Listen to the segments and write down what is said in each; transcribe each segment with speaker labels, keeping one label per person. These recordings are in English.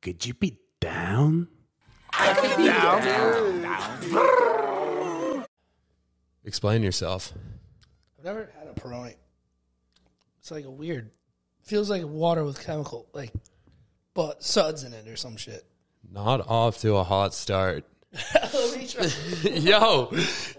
Speaker 1: Could you be down?
Speaker 2: Explain yourself.
Speaker 3: I've never had a Peroni. It's like a weird. Feels like water with chemical, like, but suds in it or some shit.
Speaker 2: Not off to a hot start.
Speaker 3: Let me try-
Speaker 2: yo,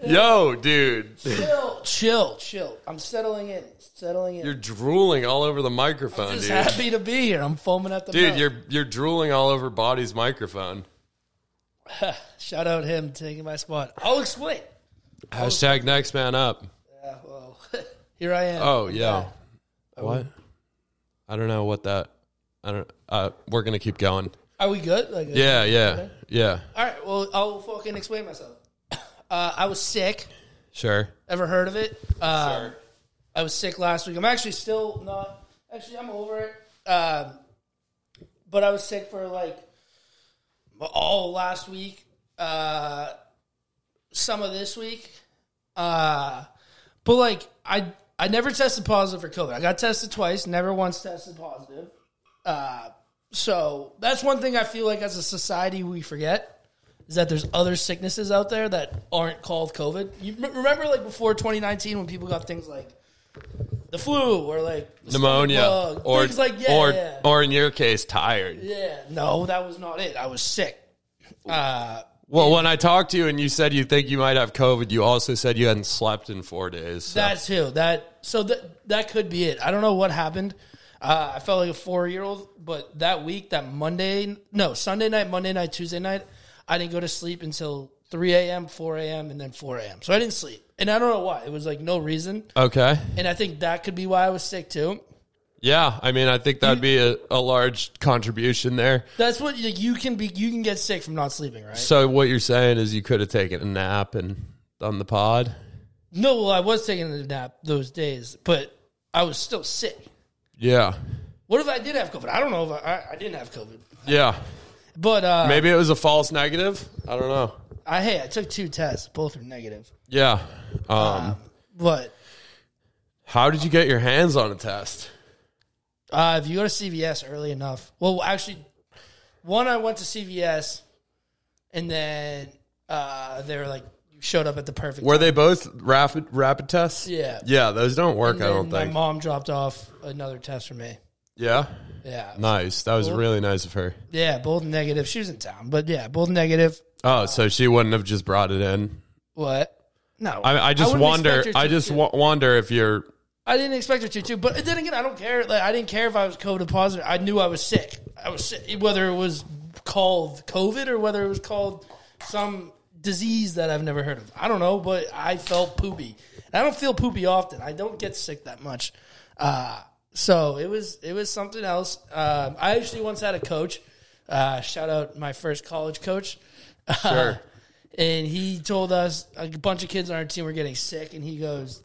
Speaker 2: yo, dude.
Speaker 3: chill, chill, chill. I'm settling in, settling in.
Speaker 2: You're drooling all over the microphone,
Speaker 3: just
Speaker 2: dude.
Speaker 3: happy to be here. I'm foaming at the
Speaker 2: Dude,
Speaker 3: mouth.
Speaker 2: you're you're drooling all over Body's microphone.
Speaker 3: Shout out him taking my spot. I'll explain.
Speaker 2: Hashtag next man up.
Speaker 3: Yeah, well, here I am.
Speaker 2: Oh yeah. What? I don't know what that. I don't. Uh, we're gonna keep going.
Speaker 3: Are we good? Like,
Speaker 2: Yeah, yeah, yeah.
Speaker 3: All right. Well, I'll fucking explain myself. Uh, I was sick.
Speaker 2: Sure.
Speaker 3: Ever heard of it? Um, I was sick last week. I'm actually still not. Actually, I'm over it. Um, but I was sick for like all last week. Uh, some of this week. Uh, but like I, I never tested positive for COVID. I got tested twice. Never once tested positive. Uh, so that's one thing I feel like as a society we forget is that there's other sicknesses out there that aren't called COVID. You m- remember like before 2019 when people got things like the flu or like the stomach
Speaker 2: Pneumonia,
Speaker 3: bug,
Speaker 2: or
Speaker 3: things like yeah,
Speaker 2: or
Speaker 3: yeah.
Speaker 2: or in your case, tired.
Speaker 3: Yeah, no, that was not it. I was sick. Uh,
Speaker 2: Well, when I talked to you and you said you think you might have COVID, you also said you hadn't slept in four days. so-
Speaker 3: that's who that. So that that could be it. I don't know what happened. Uh, I felt like a four year old, but that week, that Monday, no, Sunday night, Monday night, Tuesday night, I didn't go to sleep until three a.m., four a.m., and then four a.m. So I didn't sleep, and I don't know why. It was like no reason,
Speaker 2: okay.
Speaker 3: and I think that could be why I was sick too.
Speaker 2: Yeah, I mean, I think that'd be a, a large contribution there.
Speaker 3: That's what like, you can be. You can get sick from not sleeping, right?
Speaker 2: So what you're saying is you could have taken a nap and done the pod.
Speaker 3: No, well, I was taking a nap those days, but I was still sick.
Speaker 2: Yeah,
Speaker 3: What if I did have COVID? I don't know if I, I, I didn't have COVID,
Speaker 2: yeah.
Speaker 3: but uh,
Speaker 2: Maybe it was a false negative. I don't know.
Speaker 3: I hey, I took two tests, both were negative.
Speaker 2: Yeah. Um,
Speaker 3: But
Speaker 2: how did you get your hands on a test?
Speaker 3: uh, if you go to CVS early enough, well, actually, one I went to CVS, and then uh, they were like, you showed up at the perfect.
Speaker 2: Were
Speaker 3: time.
Speaker 2: they both rapid rapid tests?
Speaker 3: Yeah.
Speaker 2: Yeah, those don't work.
Speaker 3: And
Speaker 2: I
Speaker 3: then
Speaker 2: don't
Speaker 3: my
Speaker 2: think.
Speaker 3: mom dropped off another test for me.
Speaker 2: yeah.
Speaker 3: Yeah,
Speaker 2: Nice. That was really nice of her.
Speaker 3: yeah, both negative. She was in town, but yeah, both negative.
Speaker 2: Oh, so she wouldn't have just brought it in.
Speaker 3: What? No,
Speaker 2: I, I just
Speaker 3: wouldn't
Speaker 2: wonder.
Speaker 3: expect her
Speaker 2: I
Speaker 3: to-
Speaker 2: just w- wonder if you're.
Speaker 3: I didn't expect her to too, but then again, I don't care. Like I didn't care if I was COVID positive. I knew I was sick. I was sick, whether it was called COVID or whether it was called some disease that I've never heard of. I don't know, but I felt poopy. And I don't feel poopy often. I don't get sick that much. Uh, so it was it was something else. Um, I actually once had a coach. Uh, shout out my first college coach. Uh-huh.
Speaker 2: Sure.
Speaker 3: and he told us a bunch of kids on our team were getting sick, and he goes,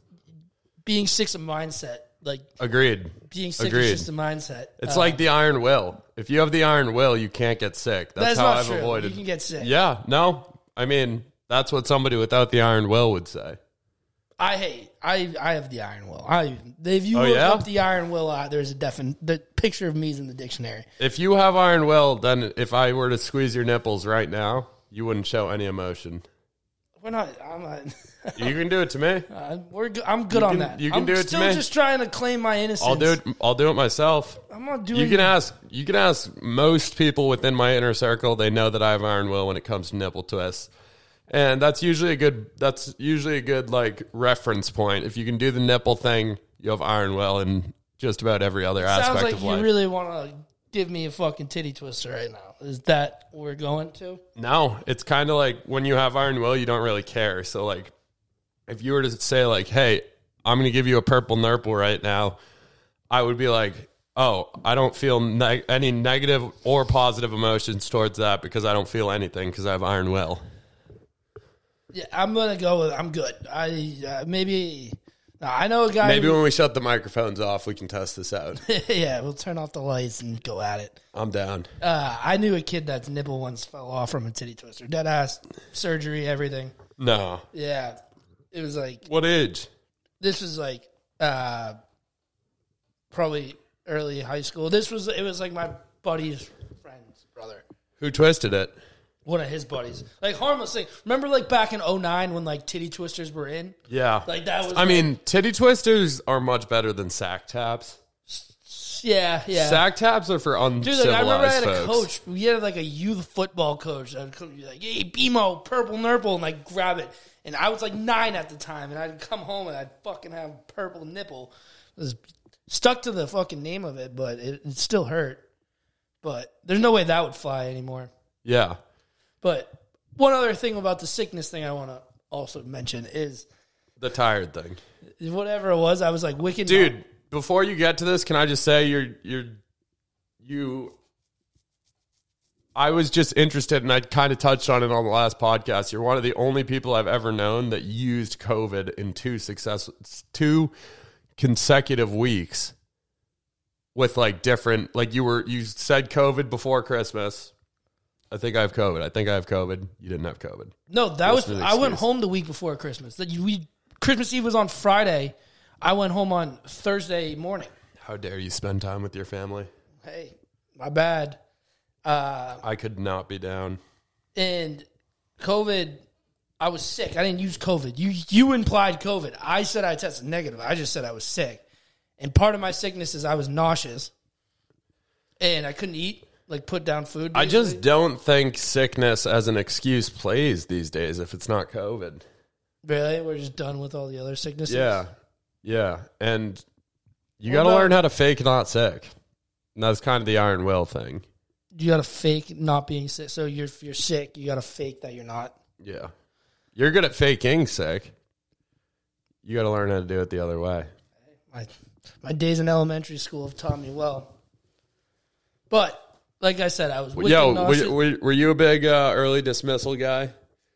Speaker 3: "Being sick's a mindset. Like
Speaker 2: Agreed.
Speaker 3: being sick
Speaker 2: Agreed.
Speaker 3: is just a mindset.
Speaker 2: It's
Speaker 3: Uh,
Speaker 2: like the iron will. If you have the iron will, you can't get sick. That's,
Speaker 3: that's
Speaker 2: how
Speaker 3: not
Speaker 2: I've
Speaker 3: true.
Speaker 2: avoided.
Speaker 3: You can get sick.
Speaker 2: yeah. No. I mean, that's what somebody without the iron will would say.
Speaker 3: I hate. I I have the iron will. I if you
Speaker 2: Oh,
Speaker 3: look
Speaker 2: yeah?
Speaker 3: up the iron will, uh, there's a defin the picture of me's in the dictionary.
Speaker 2: If you have iron will, then if I were to squeeze your nipples right now, you wouldn't show any emotion.
Speaker 3: We're not. I'm not.
Speaker 2: You can do it to me.
Speaker 3: I'm- We're good. I'm good on
Speaker 2: can-
Speaker 3: that.
Speaker 2: you can
Speaker 3: I'm
Speaker 2: do it to
Speaker 3: Still
Speaker 2: me.
Speaker 3: just trying to claim my innocence.
Speaker 2: I'll do it. I'll do it myself.
Speaker 3: I'm not doing.
Speaker 2: You can ask. You can ask most people within my inner circle. They know that I have iron will when it comes to nipple twists, and that's usually a good. That's usually a good like reference point. If you can do the nipple thing, you have iron will in just about every other
Speaker 3: sounds
Speaker 2: aspect
Speaker 3: like
Speaker 2: of
Speaker 3: you
Speaker 2: life.
Speaker 3: really want to give me a fucking titty twister right now. Is that what we're going to?
Speaker 2: No, it's kind of like when you have iron will, you don't really care. So like, if you were to say like, "Hey, I'm going to give you a purple nurple right now," I would be like, "Oh, I don't feel neg- any negative or positive emotions towards that because I don't feel anything because I have iron will."
Speaker 3: Yeah, I'm gonna go with. I'm good. I uh, maybe. No, I know a guy.
Speaker 2: Maybe
Speaker 3: who-
Speaker 2: when we shut the microphones off, we can test this out.
Speaker 3: yeah, we'll turn off the lights and go at it.
Speaker 2: I'm down.
Speaker 3: Uh, I knew a kid that's nipple once fell off from a titty twister. Dead ass surgery, everything.
Speaker 2: No.
Speaker 3: Yeah, it was like
Speaker 2: What age?
Speaker 3: this was like uh, probably early high school. This was it was like my buddy's friend. Klein's brother.
Speaker 2: Who twisted it?
Speaker 3: One of his buddies. Like harmless thing. Remember like back in 09 when like titty twisters were in?
Speaker 2: Yeah.
Speaker 3: Like that was
Speaker 2: I mean, titty twisters are much better than sack taps.
Speaker 3: Yeah, yeah.
Speaker 2: Sack taps are for
Speaker 3: Dude,
Speaker 2: uncivilized
Speaker 3: like I remember I had a
Speaker 2: folks.
Speaker 3: coach. We had like a youth football coach. I'd come be like, "Hey, BMO, purple nurple," and like grab it. And I was like nine at the time, and I'd come home and I'd fucking have purple nipple. It was stuck to the fucking name of it, but it, it still hurt. But there's no way that would fly anymore.
Speaker 2: Yeah.
Speaker 3: But one other thing about the sickness thing I want to also mention is
Speaker 2: The tired thing.
Speaker 3: whatever it was, I was like wicked,
Speaker 2: Dude, before you get to this, can I just say you're you're you I was just interested and I kind of touched on it on the last podcast. You're one of the only people I've ever known that used COVID in two success two consecutive weeks with like different like you were you said COVID before Christmas. I think I have COVID. I think I have COVID. You didn't have COVID.
Speaker 3: No, that was
Speaker 2: an
Speaker 3: I went
Speaker 2: excuse.
Speaker 3: home the week before Christmas. That you- we Christmas Eve was on Friday. I went home on Thursday morning.
Speaker 2: How dare you spend time with your family?
Speaker 3: Hey, my bad. Uh,
Speaker 2: I could not be down.
Speaker 3: and COVID, I was sick. I didn't use COVID. You you implied COVID. I said I tested negative. I just said I was sick. And part of my sickness is I was nauseous, and I couldn't eat, like put down food.
Speaker 2: I just don't think sickness as an excuse plays these days if it's not COVID.
Speaker 3: really we're just done with all the other sicknesses.
Speaker 2: Yeah. Yeah. And you
Speaker 3: What
Speaker 2: got to
Speaker 3: about-
Speaker 2: learn how to fake not sick. And that's kind of the iron will thing.
Speaker 3: you got to fake not being sick. So you're you're sick. You got to fake that you're not.
Speaker 2: Yeah. You're good at faking sick. You got to learn how to do it the other way.
Speaker 3: my my days in elementary school have taught me well. But like I said, I was wicked
Speaker 2: Yo, were,
Speaker 3: nauseous.
Speaker 2: you- were, were you a big uh, early dismissal guy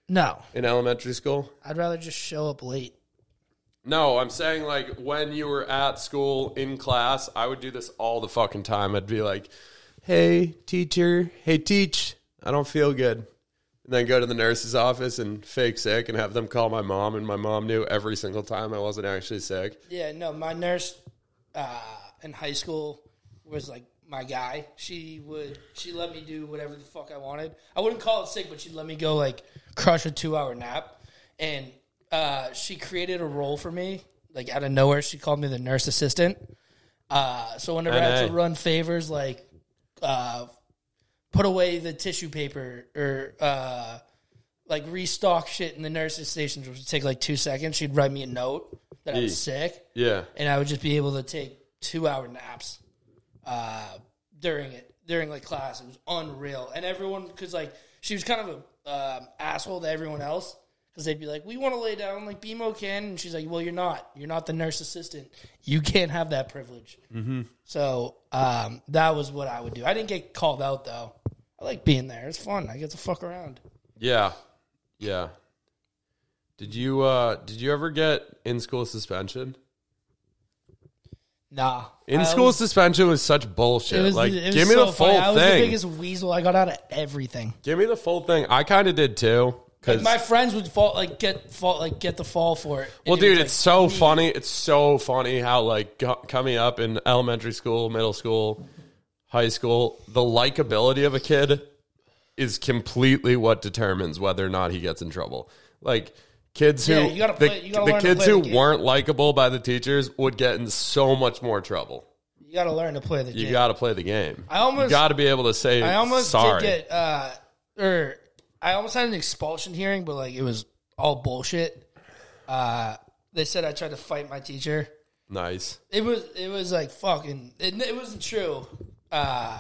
Speaker 3: no,
Speaker 2: in elementary school?
Speaker 3: I'd rather just show up late.
Speaker 2: No, I'm saying like when you were at school in class, I would do this all the fucking time. I'd be like, "Hey, teacher, hey, teach, I don't feel good," and then go to the nurse's office and fake sick and have them call my mom, and my mom knew every single time I wasn't actually sick.
Speaker 3: Yeah, no, my nurse uh, in high school was like my guy. She would she let me do whatever the fuck I wanted. I wouldn't call it sick, but she'd let me go like crush a two hour nap. And uh, she created a role for me, like out of nowhere. She called me the nurse assistant. Uh, so whenever I had
Speaker 2: NA.
Speaker 3: to run favors, like uh, put away the tissue paper or uh, like restock shit in the nurses' stations, which would take like two seconds. She'd write me a note that I was sick
Speaker 2: Yeah,
Speaker 3: and I would just be able to take two hour naps uh, during it during like class. It was unreal, and everyone because like she was kind of a um, asshole to everyone else because they'd be like, "We want to lay down like BMO can," and she's like, "Well, you're not. You're not the nurse assistant. You can't have that privilege." Mm-hmm. So um, that was what I would do. I didn't get called out though. I like being there. It's fun. I get to fuck around.
Speaker 2: yeah, yeah. Did you uh did you ever get in school suspension?
Speaker 3: Nah.
Speaker 2: In
Speaker 3: I
Speaker 2: school
Speaker 3: was-
Speaker 2: suspension was such bullshit.
Speaker 3: it was-
Speaker 2: like,
Speaker 3: it was
Speaker 2: give me
Speaker 3: so
Speaker 2: the full
Speaker 3: funny. I was
Speaker 2: thing.
Speaker 3: the biggest weasel. I got out of everything.
Speaker 2: Give me the full thing. I kind of did too. Cause
Speaker 3: my friends would fall like get fall like get the fall for it. And
Speaker 2: Well,
Speaker 3: it
Speaker 2: dude,
Speaker 3: was,
Speaker 2: it's
Speaker 3: like,
Speaker 2: so funny. It's so funny how like go- coming up in elementary school, middle school, high school, the likability of a kid is completely what determines whether or not he gets in trouble. Like kids who
Speaker 3: Yeah, you gotta
Speaker 2: the,
Speaker 3: play- you gotta
Speaker 2: the
Speaker 3: learn to
Speaker 2: kids
Speaker 3: play
Speaker 2: who
Speaker 3: the game.
Speaker 2: weren't likable by the teachers would get in so much more trouble.
Speaker 3: you got to learn to play the
Speaker 2: You
Speaker 3: game.
Speaker 2: got to play the game.
Speaker 3: I almost-
Speaker 2: you got to be able to say
Speaker 3: I almost
Speaker 2: sorry.
Speaker 3: did get uh or I almost had an expulsion hearing, but like it was all bullshit. Uh, they said I tried to fight my teacher.
Speaker 2: nice.
Speaker 3: It was it was like fucking it, it wasn't true. Uh,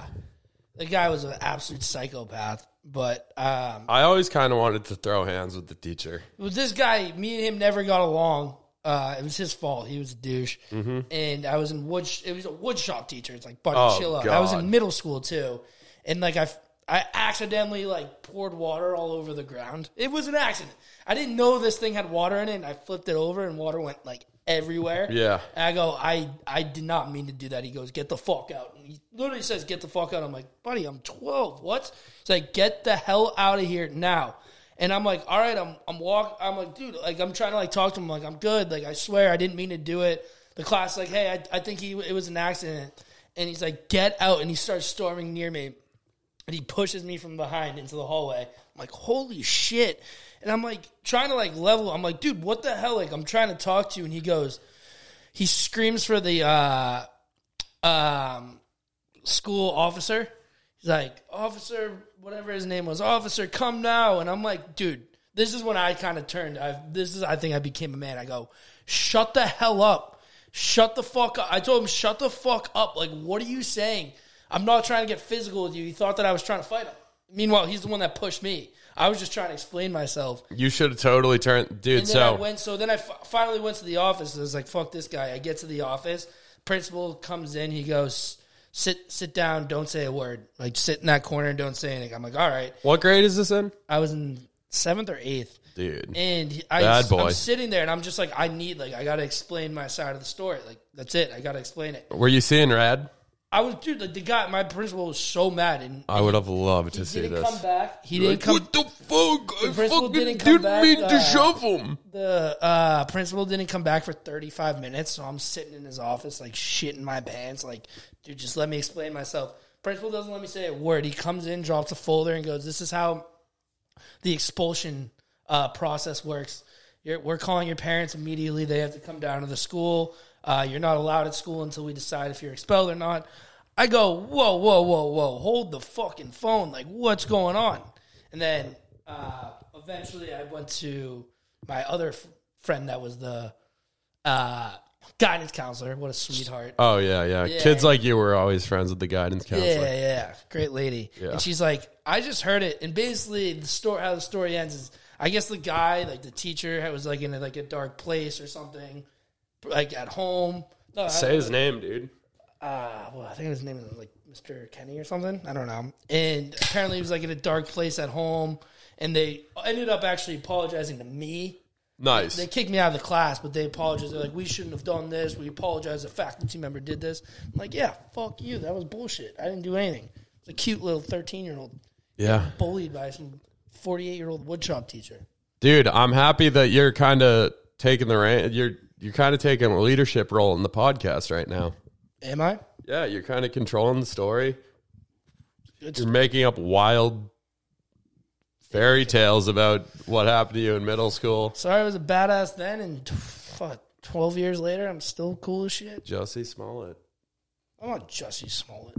Speaker 3: the guy was an absolute psychopath, but um,
Speaker 2: I always kind of wanted to throw hands with the teacher.
Speaker 3: Well, this guy, me and him never got along. Uh, it was his fault. He was a douche. And I was in wood. It was a wood shop teacher. It's like, buddy,
Speaker 2: Mm-hmm. Oh,
Speaker 3: chill out. I was
Speaker 2: God.
Speaker 3: in middle school too, and like I, I accidentally like poured water all over the ground. It was an accident. I didn't know this thing had water in it. and I flipped it over, and water went like everywhere.
Speaker 2: Yeah.
Speaker 3: And I go, I, I did not mean to do that. He goes, get the fuck out. And he literally says, get the fuck out. I'm like, buddy, I'm 12. What? He's like, get the hell out of here now. And I'm like, all right, I'm, I'm walk. I'm like, dude, like I'm trying to like talk to him. Like I'm good. Like I swear I didn't mean to do it. The class like, hey, I, I think he, it was an accident. And he's like, get out. And he starts storming near me. and he pushes me from behind into the hallway. I'm like, holy shit. And I'm like trying to like level. I'm like, dude, what the hell? Like, I'm trying to talk to you. And he goes, he screams for the uh, um, school officer. He's like, officer, whatever his name was, officer, come now. And I'm like, dude, this is when I kind of turned. I this is I think I became a man. I go, shut the hell up. Shut the fuck up. I told him, shut the fuck up. Like, what are you saying? I'm not trying to get physical with you. He thought that I was trying to fight him. Meanwhile, he's the one that pushed me. I was just trying to explain myself.
Speaker 2: You should have totally turned, dude.
Speaker 3: And then
Speaker 2: So
Speaker 3: I went. So then I f- finally went to the office. I was like, "Fuck this guy." I get to the office. Principal comes in. He goes, "Sit, sit down. Don't say a word. Like sit in that corner and don't say anything." I'm like, "All right."
Speaker 2: what grade is this in,
Speaker 3: I was in seventh or eighth,
Speaker 2: dude?
Speaker 3: and he- I,
Speaker 2: Bad boy.
Speaker 3: I'm sitting there, and I'm just like, "I need like I got to explain my side of the story. Like that's it. I got to explain it."
Speaker 2: Were you seeing Rad?
Speaker 3: I was dude. Like the guy, my principal was so mad, and
Speaker 2: I would have loved to
Speaker 3: he
Speaker 2: see
Speaker 3: didn't
Speaker 2: this.
Speaker 3: come back. He didn't come.
Speaker 2: the fuck? I
Speaker 3: principal didn't come back, uh,
Speaker 2: him.
Speaker 3: the uh, principal didn't come back for 35 minutes, so I'm sitting in his office, like shitting my pants, like, dude, just let me explain myself. Principal doesn't let me say a word. He comes in, drops a folder, and goes, "This is how the expulsion uh, process works. You're, we're calling your parents immediately. They have to come down to the school. Uh, you're not allowed at school until we decide if you're expelled or not. I go, whoa, whoa, whoa, whoa, hold the fucking phone. Like, what's going on? And then uh, eventually I went to my other f- friend that was the uh, guidance counselor. What a sweetheart.
Speaker 2: Oh yeah, yeah, Kids like you were always friends with the guidance
Speaker 3: Yeah,
Speaker 2: counselor.
Speaker 3: yeah, great lady. And she's like, I just heard it, and basically the story, how the story ends is, I guess the guy, like the teacher, had- was like in a, like a dark place or something, like at home. No, I,
Speaker 2: Say his name, dude.
Speaker 3: uh, well, I think his name is like Mr. Kenny or something. I don't know. And apparently he was like in a dark place at home, and they ended up actually apologizing to me
Speaker 2: Nice.
Speaker 3: they kicked me out of the class, but they apologized. They're like, we shouldn't have done this. We apologize. A faculty member did this. I'm like, yeah, fuck you. That was bullshit. I didn't do anything. It's a cute little 13 year old
Speaker 2: yeah,
Speaker 3: bullied by some 48 year old woodshop teacher.
Speaker 2: dude. I'm happy that you're kind of taking the rein. You're you're kind of taking a leadership role in the podcast right now.
Speaker 3: Am I?
Speaker 2: Yeah, you're kind of controlling the story.
Speaker 3: It's-
Speaker 2: you're making up wild fairy tales about what happened to you in middle school.
Speaker 3: Sorry, I was a badass then, and fuck, 12 years later, I'm still cool as shit.
Speaker 2: Josie Smollett.
Speaker 3: I'm not Jussie Smollett.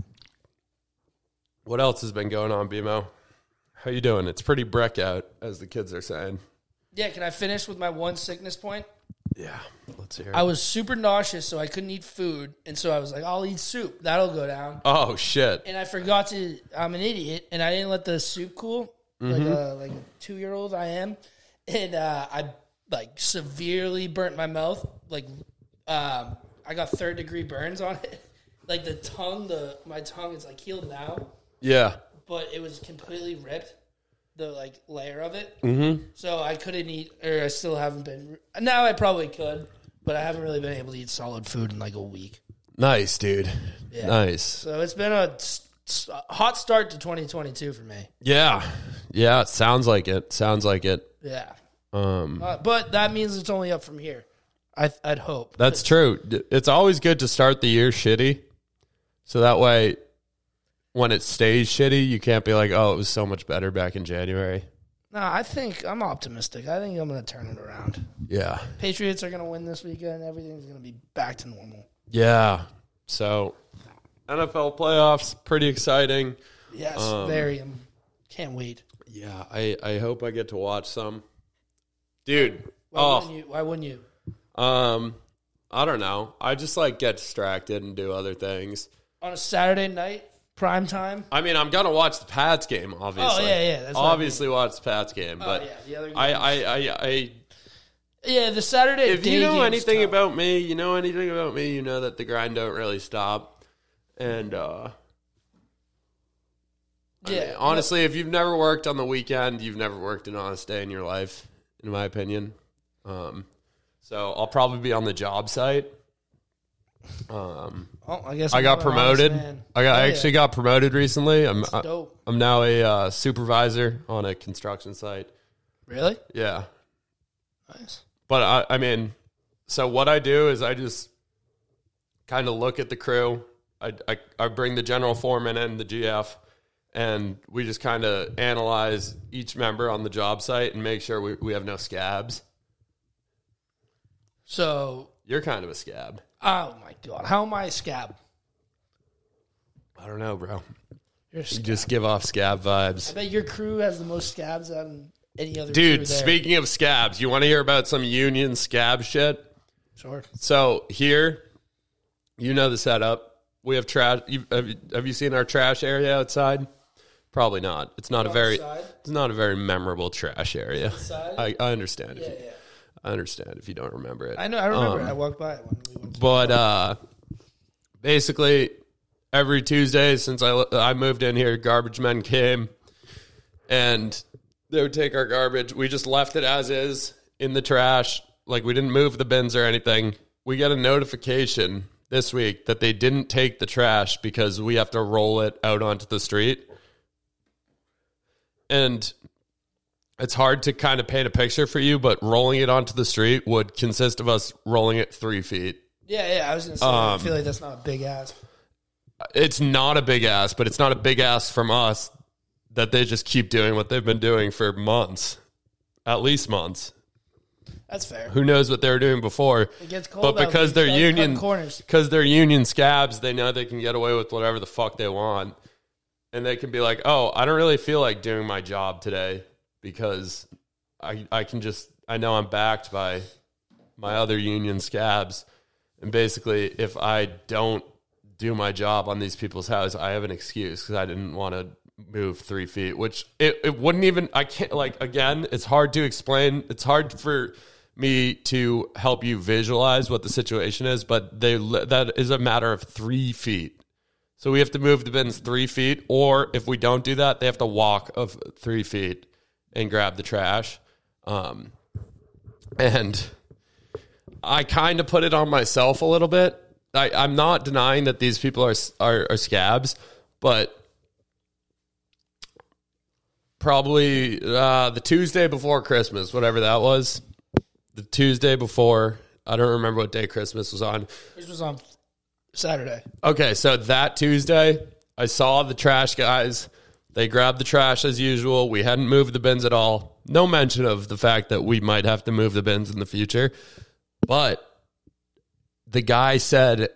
Speaker 2: What else has been going on, BMO? How you doing? It's pretty brick out, as the kids are saying.
Speaker 3: Yeah, can I finish with my one sickness point?
Speaker 2: Yeah, let's hear it.
Speaker 3: I was super nauseous, so I couldn't eat food, and so I was like, I'll eat soup. That'll go down.
Speaker 2: oh shit!
Speaker 3: and I forgot to. I'm an idiot, and I didn't let the soup cool like a, like a two year old I am, and uh, I like severely burnt my mouth. Like um, I got third degree burns on it. Like the tongue, the my tongue is like healed now,
Speaker 2: Yeah,
Speaker 3: but it was completely ripped. The like layer of it, mm-hmm. so I couldn't eat, or I still haven't been. Now I probably could, but I haven't really been able to eat solid food in like a week.
Speaker 2: nice, dude. Nice.
Speaker 3: So it's been a s- s- a hot start to 2022 for me.
Speaker 2: Yeah, yeah. it Sounds like it. Sounds like it.
Speaker 3: Yeah.
Speaker 2: Um,
Speaker 3: Uh, but that means it's only up from here. I, I'd hope.
Speaker 2: that's true. D- It's always good to start the year shitty, so that way, when it stays shitty, you can't be like, "Oh, it was so much better back in January."
Speaker 3: No, I think I'm optimistic. I think I'm going to turn it around.
Speaker 2: Yeah,
Speaker 3: Patriots are going to win this weekend. Everything's going to be back to normal.
Speaker 2: yeah. So, NFL playoffs pretty exciting.
Speaker 3: Yes, very. Um, can't wait.
Speaker 2: Yeah, I, I hope I get to watch some. Dude.
Speaker 3: Why,
Speaker 2: Oh,
Speaker 3: wouldn't you, why wouldn't you?
Speaker 2: um, I don't know. I just like get distracted and do other things.
Speaker 3: On a Saturday night, prime time?
Speaker 2: I mean, I'm gonna watch the Pats game, obviously.
Speaker 3: Oh, yeah, yeah, that's what I mean.
Speaker 2: obviously, watch the Pats game, but
Speaker 3: Oh, yeah, the other
Speaker 2: I, I, I, I,
Speaker 3: Yeah, the Saturday
Speaker 2: if you know anything about me, you know anything about me, you know that the grind don't really stop. And uh,
Speaker 3: Yeah.
Speaker 2: honestly, if you've never worked on the weekend, you've never worked an honest day in your life, in my opinion. Um, so I'll probably be on the job site. Um,
Speaker 3: Oh, I guess
Speaker 2: I
Speaker 3: I'm
Speaker 2: got
Speaker 3: an honest
Speaker 2: promoted.
Speaker 3: man.
Speaker 2: I uh, got I
Speaker 3: Yeah.
Speaker 2: actually got promoted recently. I'm I,
Speaker 3: Dope.
Speaker 2: am now a uh, supervisor on a construction site.
Speaker 3: Really?
Speaker 2: Yeah,
Speaker 3: Nice.
Speaker 2: but I, I mean, so what I do is I just kind of look at the crew. I, I, I bring the general foreman and the GF, and we just kind of analyze each member on the job site and make sure we, we have no scabs.
Speaker 3: So,
Speaker 2: You're kind of a scab.
Speaker 3: oh my god, how am I a scab?
Speaker 2: I don't know, bro.
Speaker 3: You're a
Speaker 2: You
Speaker 3: scab.
Speaker 2: just give off scab vibes.
Speaker 3: I bet your crew has the most scabs out of any other crew
Speaker 2: Dude,
Speaker 3: there.
Speaker 2: speaking of scabs, you want to hear about some union scab shit?
Speaker 3: Sure.
Speaker 2: So here, you know the setup. We have trash. You, have, you, have you seen our trash area outside? Probably not. It's not a very.
Speaker 3: outside?
Speaker 2: It's not a very memorable trash area.
Speaker 3: Inside?
Speaker 2: I, I understand. If
Speaker 3: Yeah,
Speaker 2: you,
Speaker 3: yeah.
Speaker 2: I understand if you don't remember it.
Speaker 3: I know. I remember.
Speaker 2: Um,
Speaker 3: I walked by it when we went.
Speaker 2: But uh, basically, every Tuesday since I li- I moved in here, garbage men came, and they would take our garbage. We just left it as is in the trash. Like we didn't move the bins or anything. We got a notification this week that they didn't take the trash because we have to roll it out onto the street. And it's hard to kind of paint a picture for you, but rolling it onto the street would consist of us rolling it three feet.
Speaker 3: Yeah, yeah. I was gonna say. I
Speaker 2: Um,
Speaker 3: feel like that's not a big ass.
Speaker 2: it's not a big ass, but it's not a big ass from us that they just keep doing what they've been doing for months, at least months.
Speaker 3: That's fair.
Speaker 2: Who knows what they were doing before?
Speaker 3: It gets cold.
Speaker 2: But
Speaker 3: out,
Speaker 2: because
Speaker 3: you
Speaker 2: they're
Speaker 3: gotta cut
Speaker 2: union,
Speaker 3: corners.
Speaker 2: because they're union scabs, they know they can get away with whatever the fuck they want, and they can be like, "Oh, I don't really feel like doing my job today because I I can just I know I'm backed by my other union scabs, and basically if I don't do my job on these people's house, I have an excuse because I didn't want to move three feet, which it, it wouldn't even, I can't, like, again, it's hard to explain. It's hard for me to help you visualize what the situation is, but they, li- that is a matter of three feet. So we have to move the bins three feet, or if we don't do that, they have to walk of three feet and grab the trash. Um, and I kind of put it on myself a little bit. I, I'm not denying that these people are, are are scabs, but probably uh, the Tuesday before Christmas, whatever that was, the Tuesday before. I don't remember what day Christmas was on.
Speaker 3: This was on Saturday.
Speaker 2: Okay, so that Tuesday, I saw the trash guys. They grabbed the trash as usual. We hadn't moved the bins at all. No mention of the fact that we might have to move the bins in the future. But the guy said,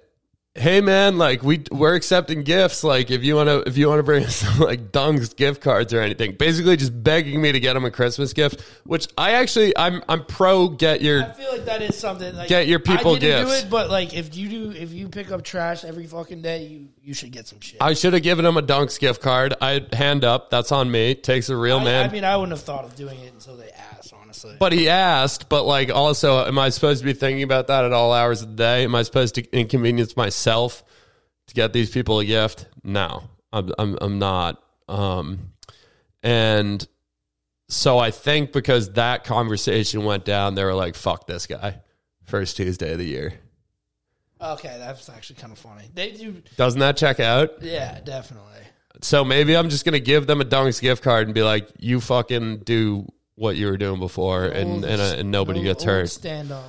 Speaker 2: "Hey man, like we we're accepting gifts. Like if you want to if you want to bring us some like Dung's gift cards or anything. Basically just begging me to get him a Christmas gift, which I actually I'm I'm pro get your
Speaker 3: I feel like that is something. Like,
Speaker 2: Get your people
Speaker 3: I didn't
Speaker 2: gifts.
Speaker 3: Do it, but like if you do, if you pick up trash every fucking day, you you should get some shit.
Speaker 2: I should have given him a Dunks gift card. I hand up. That's on me. Takes a real man.
Speaker 3: I, I mean, I wouldn't have thought of doing it until they asked. Honestly,
Speaker 2: but he asked. But like, also, am I supposed to be thinking about that at all hours of the day? Am I supposed to inconvenience myself to get these people a gift? No, I'm I'm, I'm not. Um, and so I think because that conversation went down, they were like, "Fuck this guy." First Tuesday of the year.
Speaker 3: okay, that's actually kind of funny. They do,
Speaker 2: Doesn't that check out?
Speaker 3: yeah, definitely.
Speaker 2: So maybe I'm just gonna give them a Dunks gift card and be like, "You fucking do what you were doing before, and and, uh, and nobody
Speaker 3: Old-
Speaker 2: gets
Speaker 3: old
Speaker 2: hurt."
Speaker 3: Standoff.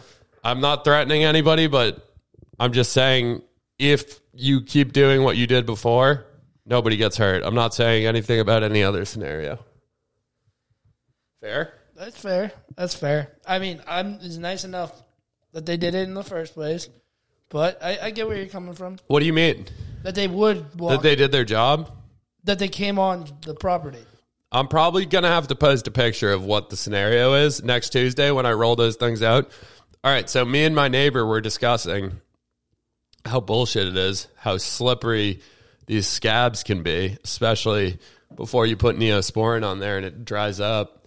Speaker 2: I'm not threatening anybody, but I'm just saying if you keep doing what you did before, nobody gets hurt. I'm not saying anything about any other scenario. Fair.
Speaker 3: That's fair. That's fair. I mean, I'm it's nice enough that they did it in the first place, but I, I get where you're coming from.
Speaker 2: What do you mean
Speaker 3: That they would walk,
Speaker 2: that they did their job?
Speaker 3: that they came on the property.
Speaker 2: I'm probably gonna have to post a picture of what the scenario is next Tuesday when I roll those things out. All right, so me and my neighbor were discussing how bullshit it is, how slippery these scabs can be, especially before you put neosporin on there and it dries up.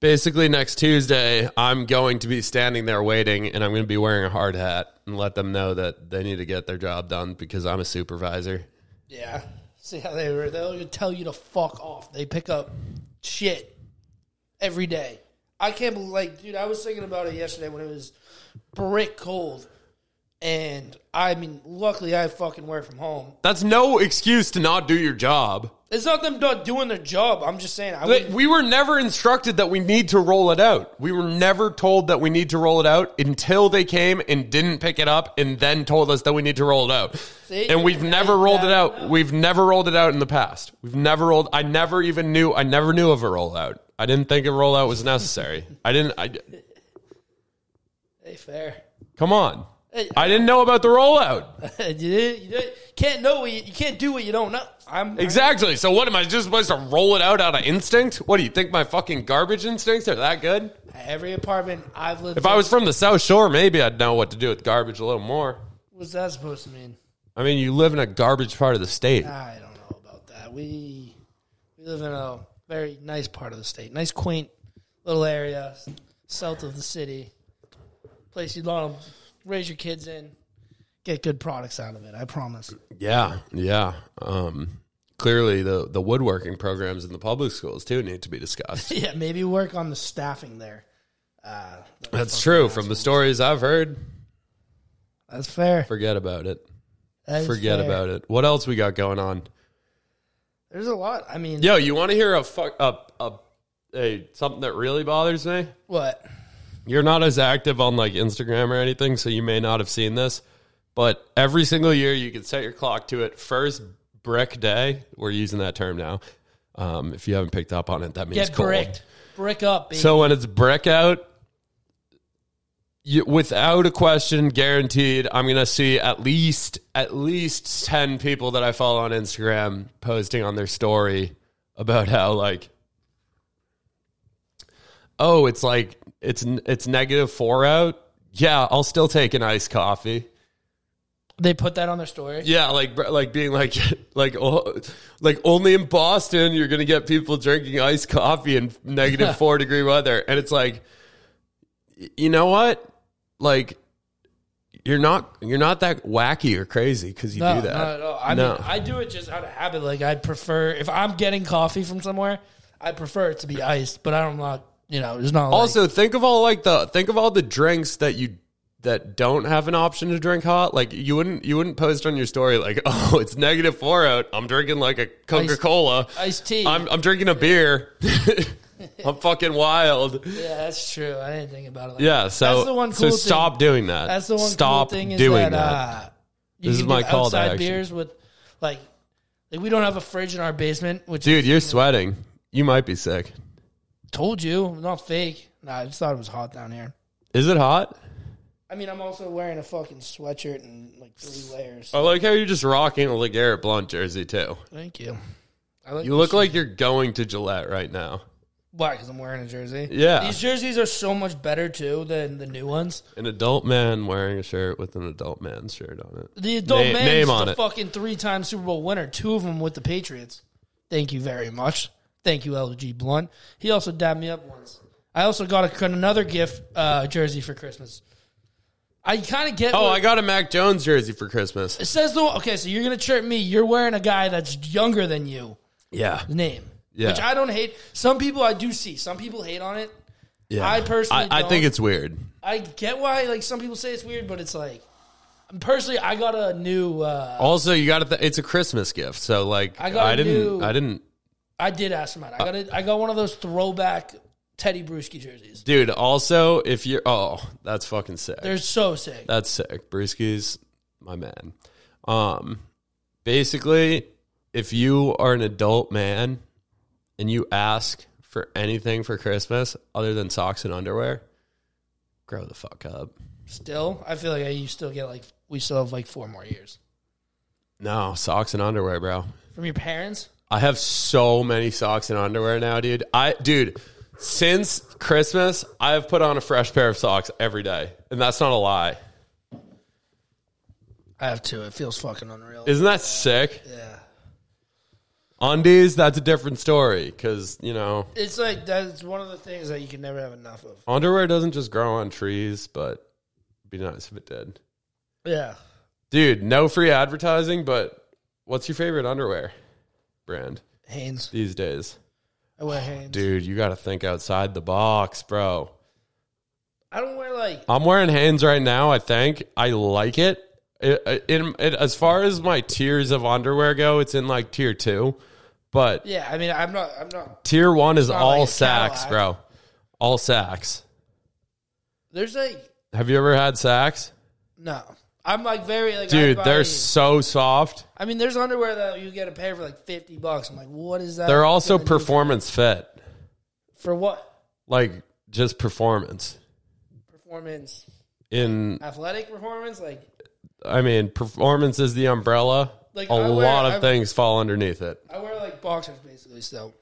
Speaker 2: Basically, next Tuesday, I'm going to be standing there waiting and I'm going to be wearing a hard hat and let them know that they need to get their job done because I'm a supervisor.
Speaker 3: Yeah. See how they were? They'll tell you to fuck off. They pick up shit every day. I can't believe, like, dude, I was thinking about it yesterday when it was brick cold. And I mean, luckily I fucking work from home.
Speaker 2: That's no excuse to not do your job.
Speaker 3: It's not them not doing their job. I'm just saying. I
Speaker 2: But
Speaker 3: would,
Speaker 2: we were never instructed that we need to roll it out. We were never told that we need to roll it out until they came and didn't pick it up and then told us that we need to roll it out.
Speaker 3: See?
Speaker 2: and we've never rolled it out. We've never rolled it out in the past. We've never rolled I never even knew I never knew of a rollout. I didn't think a rollout was necessary. I didn't I
Speaker 3: hey, fair.
Speaker 2: Come on.
Speaker 3: Hey.
Speaker 2: I didn't know about the rollout.
Speaker 3: you, did, you did- can't know. What you, you can't do what you don't know. I'm
Speaker 2: Exactly. So what am I just supposed to roll it out out of instinct? What do you think my fucking garbage instincts are that good?
Speaker 3: every apartment I've lived.
Speaker 2: If I was from the South Shore, maybe I'd know what to do with garbage a little more.
Speaker 3: what's that supposed to mean?
Speaker 2: I mean, you live in a garbage part of the state.
Speaker 3: I don't know about that. We we live in a very nice part of the state, nice quaint little area s- south of the city, place you'd want to raise your kids in, get good products out of it. I promise.
Speaker 2: Yeah, yeah. Um, clearly, the the woodworking programs in the public schools too need to be discussed.
Speaker 3: yeah, maybe work on the staffing there. Uh,
Speaker 2: That's true. From the stories I've heard,
Speaker 3: that's fair.
Speaker 2: forget about it.
Speaker 3: That is
Speaker 2: Forget
Speaker 3: fair.
Speaker 2: about it. What else we got going on?
Speaker 3: There's a lot. I mean,
Speaker 2: Yo, you want to hear a fuck a, a a something that really bothers me?
Speaker 3: what?
Speaker 2: you're not as active on like Instagram or anything, so you may not have seen this. But every single year, you can set your clock to it. First brick day, we're using that term now. Um, if you haven't picked up on it, that means
Speaker 3: Get
Speaker 2: cold.
Speaker 3: bricked. Brick up, baby.
Speaker 2: So when it's brick out, you, without a question, guaranteed, I'm gonna see at least at least ten people that I follow on Instagram posting on their story about how like, oh, it's like it's it's negative four out. Yeah, I'll still take an iced coffee.
Speaker 3: they put that on their story.
Speaker 2: Yeah, like br- like being like like oh, like only in Boston you're gonna get people drinking iced coffee in negative four degree weather, and it's like, y- you know what, like you're not you're not that wacky or crazy because you
Speaker 3: No,
Speaker 2: do that.
Speaker 3: not at all. I
Speaker 2: No.
Speaker 3: mean, I do it just out of habit. Like I prefer if I'm getting coffee from somewhere, I prefer it to be iced. But I'm not, you know, there's not like,
Speaker 2: also, think of all like the think of all the drinks that you that don't have an option to drink hot. Like you wouldn't you wouldn't post on your story like oh it's negative four out. I'm drinking like a Coca Cola.
Speaker 3: iced tea.
Speaker 2: I'm, I'm drinking a beer. I'm fucking wild.
Speaker 3: yeah, that's true. I didn't think about it. Like
Speaker 2: Yeah. So,
Speaker 3: That's the one
Speaker 2: so
Speaker 3: cool
Speaker 2: stop doing that.
Speaker 3: that. that's the one
Speaker 2: Stop
Speaker 3: cool thing is
Speaker 2: doing
Speaker 3: that,
Speaker 2: that.
Speaker 3: Uh, you
Speaker 2: This
Speaker 3: can
Speaker 2: is my
Speaker 3: do
Speaker 2: call to
Speaker 3: outside
Speaker 2: action.
Speaker 3: beers with like, like we don't have a fridge in our basement, which
Speaker 2: Dude, you're sweating. You might be sick.
Speaker 3: told you I'm not fake. Nah, I just thought it was hot down here.
Speaker 2: Is it hot?
Speaker 3: I mean, I'm also wearing a fucking sweatshirt and like three layers.
Speaker 2: I like how you're just rocking a LeGarrette Blunt jersey, too.
Speaker 3: Thank you. I like
Speaker 2: You look like you're going to Gillette right now.
Speaker 3: Why? Because I'm wearing a jersey.
Speaker 2: Yeah.
Speaker 3: These jerseys are so much better too than the new ones.
Speaker 2: An adult man wearing a shirt with an adult man's shirt on it.
Speaker 3: The adult
Speaker 2: Name-
Speaker 3: man's
Speaker 2: name
Speaker 3: the
Speaker 2: on it.
Speaker 3: fucking three-time Super Bowl winner. Two of them with the Patriots. Thank you very much. Thank you, LG Blunt. He also dabbed me up once. I also got a, another gift uh, jersey for Christmas. I kind of get.
Speaker 2: Oh,
Speaker 3: what-
Speaker 2: I got a Mac Jones jersey for Christmas.
Speaker 3: It says though. Okay, so you're gonna chirp me. You're wearing a guy that's younger than you.
Speaker 2: Yeah.
Speaker 3: Name.
Speaker 2: Yeah.
Speaker 3: Which I don't hate. Some people I do see. Some people hate on it.
Speaker 2: yeah.
Speaker 3: I personally
Speaker 2: I, I
Speaker 3: don't.
Speaker 2: think it's weird.
Speaker 3: I get why like some people say it's weird, but it's like personally, I got a new. Uh,
Speaker 2: Also, you got to. Th- it's a Christmas gift, so like I,
Speaker 3: I got a
Speaker 2: didn't.
Speaker 3: new-
Speaker 2: I didn't
Speaker 3: I did ask for mine. I got a, I got one of those throwback Teddy Bruschi jerseys.
Speaker 2: Dude, also, if you're oh, that's fucking sick.
Speaker 3: They're so sick.
Speaker 2: that's sick. Brewski's my man. Um basically, if you are an adult man and you ask for anything for Christmas other than socks and underwear, grow the fuck up.
Speaker 3: Still, I feel like I, you still get like we still have like four more years
Speaker 2: No, socks and underwear, bro.
Speaker 3: from your parents.
Speaker 2: I have so many socks and underwear now, dude. I dude, since Christmas, I have put on a fresh pair of socks every day. And that's not a lie.
Speaker 3: I have two. It feels fucking unreal.
Speaker 2: Isn't that sick?
Speaker 3: yeah,
Speaker 2: Undies, that's a different story because, you know,
Speaker 3: it's like that's one of the things that you can never have enough of.
Speaker 2: underwear doesn't just grow on trees, but it'd be nice if it did.
Speaker 3: Yeah,
Speaker 2: Dude, no free advertising, but what's your favorite underwear brand
Speaker 3: Hanes.
Speaker 2: these days?
Speaker 3: I wear Hanes.
Speaker 2: Dude, you got to think outside the box, bro.
Speaker 3: I don't wear like
Speaker 2: I'm wearing Hanes right now, I think. I like it. uh, It, it, it. As far as my tiers of underwear go, it's in like tier two, But
Speaker 3: Yeah, I mean, I'm not. I'm not.
Speaker 2: tier one is
Speaker 3: not
Speaker 2: all
Speaker 3: like a
Speaker 2: sacks,
Speaker 3: Cadillac.
Speaker 2: bro. All sacks.
Speaker 3: There's like
Speaker 2: Have you ever had sacks?
Speaker 3: no. I'm like very like I
Speaker 2: Dude,
Speaker 3: buy-
Speaker 2: they're so soft.
Speaker 3: I mean, there's underwear that you get a pair for like fifty bucks. I'm like, what is that?
Speaker 2: They're also
Speaker 3: gonna do
Speaker 2: performance fit.
Speaker 3: for what
Speaker 2: Like just performance.
Speaker 3: performance?
Speaker 2: In
Speaker 3: Athletic performance, like
Speaker 2: I mean, performance is the umbrella.
Speaker 3: Like,
Speaker 2: a
Speaker 3: I wear-
Speaker 2: lot of
Speaker 3: I've-
Speaker 2: things fall underneath it.
Speaker 3: I wear like boxers basically. So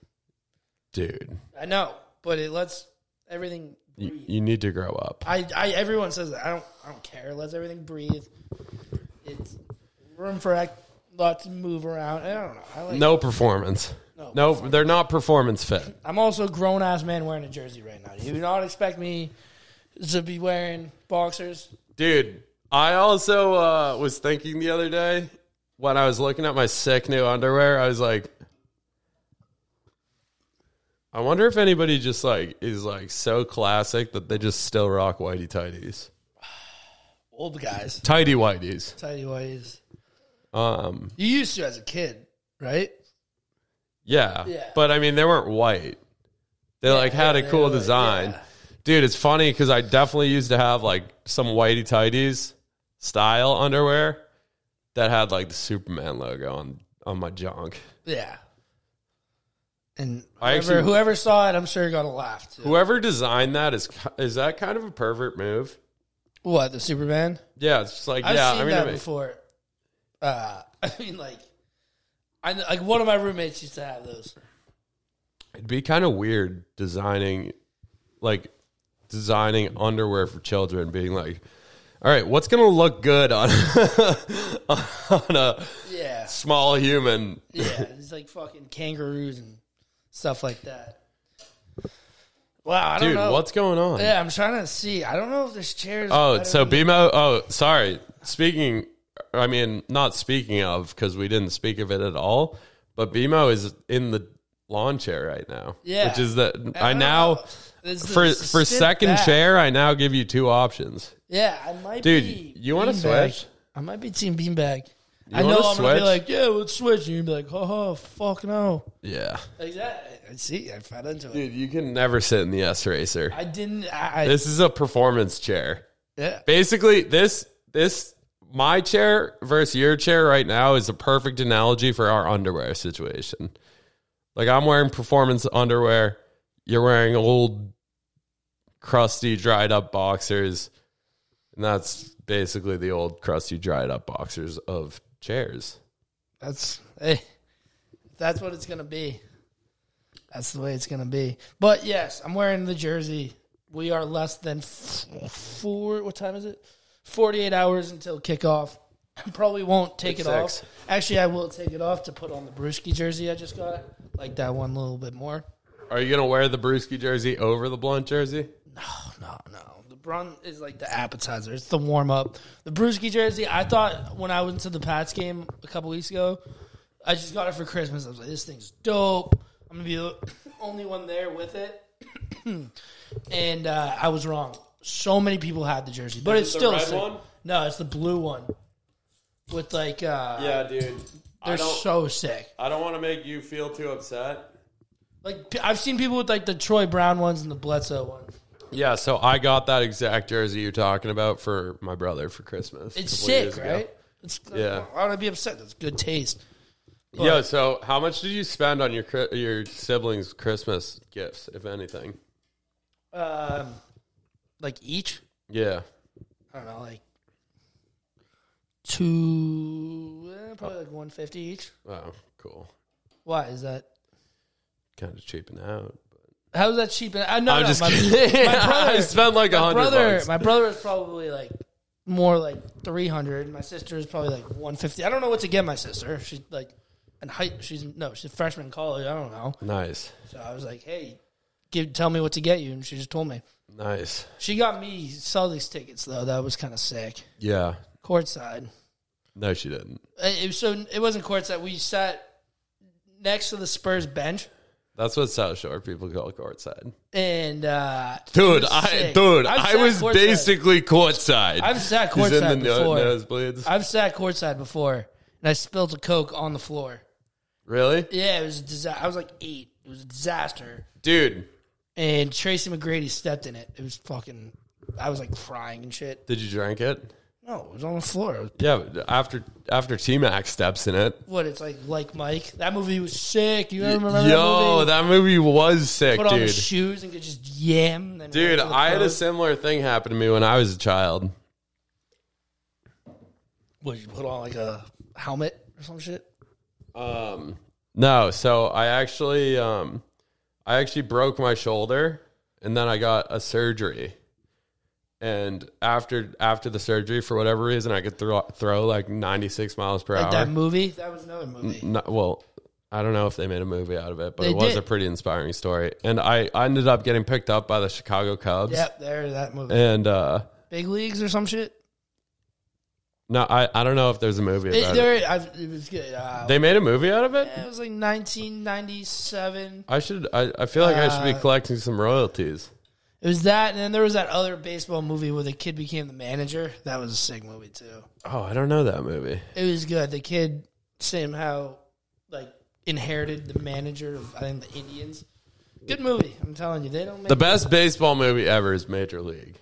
Speaker 2: Dude,
Speaker 3: I know, but it lets everything breathe.
Speaker 2: you, you need to grow up.
Speaker 3: I, I everyone says that. I don't I don't care. It lets everything breathe. It's room for act, lots to move around. I don't know. I like.
Speaker 2: No performance.
Speaker 3: No
Speaker 2: No, they're not performance fit.
Speaker 3: I'm also a grown ass man wearing a jersey right now. You do not expect me to be wearing boxers.
Speaker 2: Dude, I also uh, was thinking the other day when I was looking at my sick new underwear, I was like, I wonder if anybody just like is like so classic that they just still rock whitey tighties,
Speaker 3: Old guys.
Speaker 2: tighty whiteys.
Speaker 3: Tidy whities.
Speaker 2: Um,
Speaker 3: You used to as a kid, right?
Speaker 2: yeah.
Speaker 3: Yeah.
Speaker 2: but I mean they weren't white. They like had a
Speaker 3: they
Speaker 2: cool
Speaker 3: were,
Speaker 2: design,
Speaker 3: yeah.
Speaker 2: dude. It's funny because I definitely used to have like some whitey tighties style underwear that had like the Superman logo on on my junk.
Speaker 3: Yeah. And whoever,
Speaker 2: I actually-
Speaker 3: whoever saw it, I'm sure got a laugh. Too.
Speaker 2: Whoever designed that is is that kind of a pervert move?
Speaker 3: What the Superman?
Speaker 2: Yeah, it's just like
Speaker 3: I've
Speaker 2: yeah.
Speaker 3: seen
Speaker 2: I mean,
Speaker 3: that
Speaker 2: I mean,
Speaker 3: before. Uh, I mean, like, I kn- like one of my roommates used to have those.
Speaker 2: it'd be kind of weird designing, like designing underwear for children, being like, all right, what's gonna look good on on a
Speaker 3: Yeah,
Speaker 2: small human?
Speaker 3: yeah, it's like fucking kangaroos and stuff like that. Wow, I don't
Speaker 2: Dude,
Speaker 3: know.
Speaker 2: what's going on?
Speaker 3: yeah, I'm trying to see. I don't know if there's chairs.
Speaker 2: Oh,
Speaker 3: better
Speaker 2: so
Speaker 3: than-
Speaker 2: BMO. Oh, sorry. Speaking, I mean, not speaking of because we didn't speak of it at all. But BMO is in the lawn chair right now.
Speaker 3: Yeah.
Speaker 2: which is the I,
Speaker 3: don't
Speaker 2: now
Speaker 3: know. It's the-
Speaker 2: for
Speaker 3: it's the
Speaker 2: for
Speaker 3: sit
Speaker 2: second
Speaker 3: back.
Speaker 2: chair. I now give you two options,
Speaker 3: Yeah, I might.
Speaker 2: dude.
Speaker 3: be
Speaker 2: You want to
Speaker 3: beanbag.
Speaker 2: switch?
Speaker 3: I might be team beanbag.
Speaker 2: You
Speaker 3: I know
Speaker 2: wanna
Speaker 3: I'm gonna be
Speaker 2: switch?
Speaker 3: like, yeah, let's switch, and you'd be like, oh, fuck no.
Speaker 2: Yeah,
Speaker 3: Like that. I see. I fed into it.
Speaker 2: dude, you can never sit in the S racer.
Speaker 3: I didn't. I, I
Speaker 2: This is a performance chair.
Speaker 3: yeah.
Speaker 2: Basically, this this my chair versus your chair right now is a perfect analogy for our underwear situation. Like I'm wearing performance underwear, you're wearing old crusty dried up boxers. And that's basically the old crusty dried up boxers of chairs.
Speaker 3: That's hey, that's what it's gonna be. That's the way it's gonna be. But yes, I'm wearing the jersey. We are less than f- four. What time is it? Forty-eight hours until kickoff. I probably won't take it
Speaker 2: It's
Speaker 3: off.
Speaker 2: six.
Speaker 3: Actually, I will take it off to put on the Brewski jersey I just got. Like that one a little bit more.
Speaker 2: Are you gonna wear the Brewski jersey over the blunt jersey?
Speaker 3: No, no. The Brun is like the appetizer. It's the warm up. The Brewski jersey. I thought when I went to the Pats game a couple weeks ago, I just got it for Christmas. I was like, this thing's dope. I'm gonna be the only one there with it. and uh, I was wrong. So many people had the jersey, but it's
Speaker 2: it the
Speaker 3: still
Speaker 2: red
Speaker 3: sick.
Speaker 2: one?
Speaker 3: No, it's the blue one. With like, uh,
Speaker 2: Yeah, dude.
Speaker 3: they're so sick.
Speaker 2: I don't wanna make you feel too upset.
Speaker 3: Like p- I've seen people with like the Troy Brown ones and the Bledsoe ones.
Speaker 2: Yeah, so I got that exact jersey you're talking about for my brother for Christmas. a
Speaker 3: It's
Speaker 2: couple years
Speaker 3: sick,
Speaker 2: ago.
Speaker 3: right? It's,
Speaker 2: Yeah.
Speaker 3: Why would I be upset? That's good taste.
Speaker 2: Yo, so how much did you spend on your cri- your siblings' Christmas gifts, if anything?
Speaker 3: um, like each.
Speaker 2: Yeah,
Speaker 3: I don't know, like two, eh, probably like one fifty each.
Speaker 2: oh, cool,
Speaker 3: Why is that?
Speaker 2: kind of cheaping out.
Speaker 3: How is that cheap? And I know
Speaker 2: I'm
Speaker 3: no,
Speaker 2: just
Speaker 3: my,
Speaker 2: kidding.
Speaker 3: my
Speaker 2: I
Speaker 3: brother,
Speaker 2: spent like a
Speaker 3: my
Speaker 2: hundred
Speaker 3: brother,
Speaker 2: bucks.
Speaker 3: my brother is probably like more like three hundred. My sister is probably like one fifty. I don't know what to get my sister. She's like, and height. She's no, she's a freshman in college. I don't know.
Speaker 2: nice,
Speaker 3: So I was like, hey, give tell me what to get you, and she just told me.
Speaker 2: nice.
Speaker 3: She got me Celtics tickets though. That was kind of sick.
Speaker 2: Yeah,
Speaker 3: Courtside.
Speaker 2: no, she didn't.
Speaker 3: Uh, It was so it wasn't courtside. We sat next to the Spurs bench,
Speaker 2: That's what South Shore people call courtside.
Speaker 3: and uh, it
Speaker 2: Dude,
Speaker 3: was
Speaker 2: I
Speaker 3: sick.
Speaker 2: dude,
Speaker 3: I've
Speaker 2: I
Speaker 3: sat
Speaker 2: was
Speaker 3: courtside.
Speaker 2: basically courtside.
Speaker 3: I've sat
Speaker 2: He's in the
Speaker 3: courtside
Speaker 2: no-
Speaker 3: before.
Speaker 2: nosebleeds.
Speaker 3: I've sat courtside before, and I spilled a coke on the floor.
Speaker 2: Really?
Speaker 3: Yeah, it was a disaster. I was like eight. It was a disaster.
Speaker 2: Dude,
Speaker 3: And Tracy McGrady stepped in it. It was fucking. I was like crying and shit.
Speaker 2: did you drink it?
Speaker 3: No, it was on the floor. It was-
Speaker 2: Yeah, but after after T Mac steps in it.
Speaker 3: What it's like, like Mike. That movie was sick. You remember that
Speaker 2: Yo,
Speaker 3: movie?
Speaker 2: that movie was sick,
Speaker 3: Put on
Speaker 2: dude.
Speaker 3: his shoes and could just yam. then
Speaker 2: Dude,
Speaker 3: go to the
Speaker 2: I had a
Speaker 3: club.
Speaker 2: similar thing happen to me when I was a child.
Speaker 3: What, you put on like a helmet or some shit.
Speaker 2: Um, no, so I actually, um, I actually broke my shoulder, and then I got a surgery. And after after the surgery, for whatever reason, I could throw throw like ninety six miles per
Speaker 3: Like
Speaker 2: hour.
Speaker 3: that movie. That was another movie.
Speaker 2: No- well, I don't know if they made a movie out of it, but
Speaker 3: They
Speaker 2: it was
Speaker 3: did.
Speaker 2: a pretty inspiring story. And I, I ended up getting picked up by the Chicago Cubs,
Speaker 3: Yep, there that movie.
Speaker 2: and uh,
Speaker 3: Big Leagues or some shit.
Speaker 2: no, I, I don't know if there's a movie
Speaker 3: It,
Speaker 2: about it.
Speaker 3: there, i it was good. Uh,
Speaker 2: They made a movie out of it.
Speaker 3: it was like 1997.
Speaker 2: I should. I, I feel like I should be
Speaker 3: Uh,
Speaker 2: collecting some royalties.
Speaker 3: It was that, and then there was that other baseball movie where the kid became the manager. That was a sick movie too.
Speaker 2: Oh, I don't know that movie.
Speaker 3: It was good. The kid somehow like inherited the manager of I think the Indians. Good movie. I'm telling you, they don't make.
Speaker 2: The best baseball movie ever is Major League.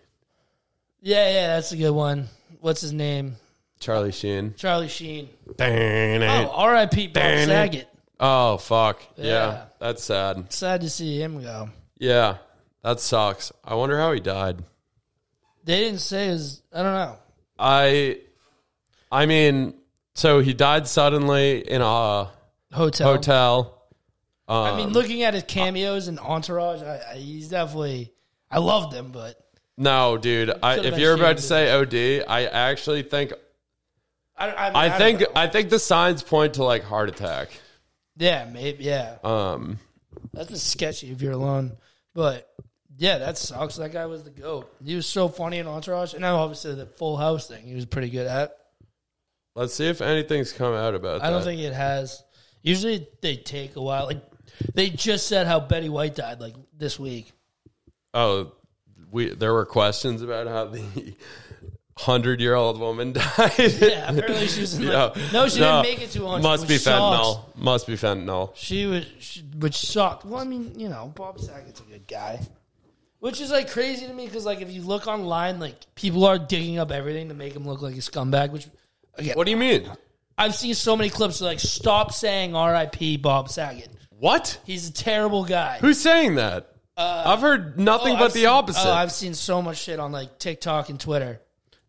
Speaker 3: yeah, yeah, that's a good one. What's his name?
Speaker 2: Charlie Sheen.
Speaker 3: Charlie Sheen.
Speaker 2: Dang
Speaker 3: Oh,
Speaker 2: it.
Speaker 3: R.I.P. Bob
Speaker 2: Dang it.
Speaker 3: Saget.
Speaker 2: Oh, fuck. Yeah.
Speaker 3: Yeah.
Speaker 2: that's sad.
Speaker 3: Sad to see him go.
Speaker 2: Yeah, that sucks. I wonder how he died.
Speaker 3: They didn't say his. I don't know.
Speaker 2: I, I mean, so he died suddenly in
Speaker 3: Oh.
Speaker 2: a
Speaker 3: Hotel.
Speaker 2: hotel. Um,
Speaker 3: I mean, looking at his cameos and entourage, I, I, he's definitely. I loved him, but
Speaker 2: no, dude. I,
Speaker 3: Could've
Speaker 2: if
Speaker 3: been
Speaker 2: you're about
Speaker 3: Sheen,
Speaker 2: to say OD, I actually think
Speaker 3: I, I, mean,
Speaker 2: I
Speaker 3: don't
Speaker 2: think
Speaker 3: know.
Speaker 2: I think the signs point to like heart attack.
Speaker 3: yeah, maybe, yeah.
Speaker 2: Um,
Speaker 3: That's just sketchy if you're alone. But yeah, that sucks. That guy was the goat. He was so funny in Entourage, and now obviously the Full House thing. He was pretty good at.
Speaker 2: let's see if anything's come out about that.
Speaker 3: I don't think it has. Usually they take a while. Like they just said how Betty White died like this week.
Speaker 2: Oh, we there were questions about how the hundred year old woman died.
Speaker 3: Yeah, apparently she was in like, no, she didn't make it to 100.
Speaker 2: Must be
Speaker 3: which sucks.
Speaker 2: fentanyl. Must be fentanyl.
Speaker 3: She was, she, which sucked. Well, I mean, you know, Bob Saget's a good guy, which is like crazy to me because like if you look online, like people are digging up everything to make him look like a scumbag. Which again,
Speaker 2: What do you mean?
Speaker 3: I've seen so many clips of, like stop saying R.I.P. Bob Saget.
Speaker 2: What?
Speaker 3: He's a terrible guy.
Speaker 2: Who's saying that? I've heard nothing
Speaker 3: Oh,
Speaker 2: but
Speaker 3: I've
Speaker 2: the
Speaker 3: seen-
Speaker 2: opposite.
Speaker 3: Oh, I've seen so much shit on like TikTok and Twitter.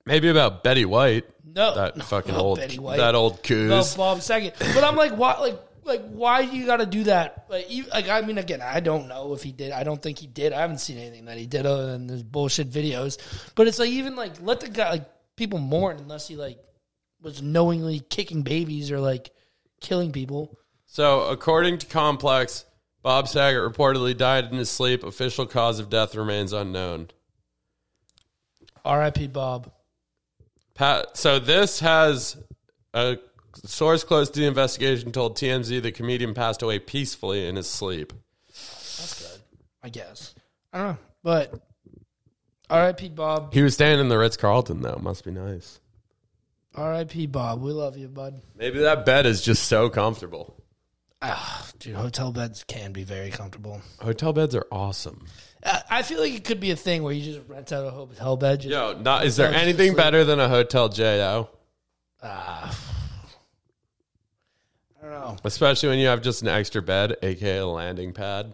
Speaker 2: Maybe about Betty White.
Speaker 3: No,
Speaker 2: That
Speaker 3: Uh, no,
Speaker 2: fucking
Speaker 3: not
Speaker 2: old,
Speaker 3: Betty White.
Speaker 2: that old
Speaker 3: about
Speaker 2: coos.
Speaker 3: Bob Saget. But I'm like, why? Like, like, why do you got to do that? Like, you, like, I mean, again, I don't know if he did. I don't think he did. I haven't seen anything that he did other than those bullshit videos. But it's like, even like, let the guy, like, people mourn unless he like was knowingly kicking babies or like killing people.
Speaker 2: So, according to Complex, Bob Saget reportedly died in his sleep. Official cause of death remains unknown.
Speaker 3: R.I.P. Bob.
Speaker 2: Pat, so this has a source close to the investigation told TMZ the comedian passed away peacefully in his sleep.
Speaker 3: I guess. I don't know, but R.I.P. Bob.
Speaker 2: He was staying in the Ritz Carlton though. Must be nice.
Speaker 3: R.I.P. Bob. We love you, bud.
Speaker 2: Maybe that bed is just so comfortable.
Speaker 3: Ah, dude, hotel beds can be very comfortable.
Speaker 2: Hotel beds are awesome.
Speaker 3: I I feel like it could be a thing where you just rent out a hotel bed. Just,
Speaker 2: Yo, not is there
Speaker 3: Hotel just
Speaker 2: anything
Speaker 3: sleep.
Speaker 2: better than a hotel J.O.?
Speaker 3: Ah. I don't know.
Speaker 2: Especially when you have just an extra bed, aka a landing pad.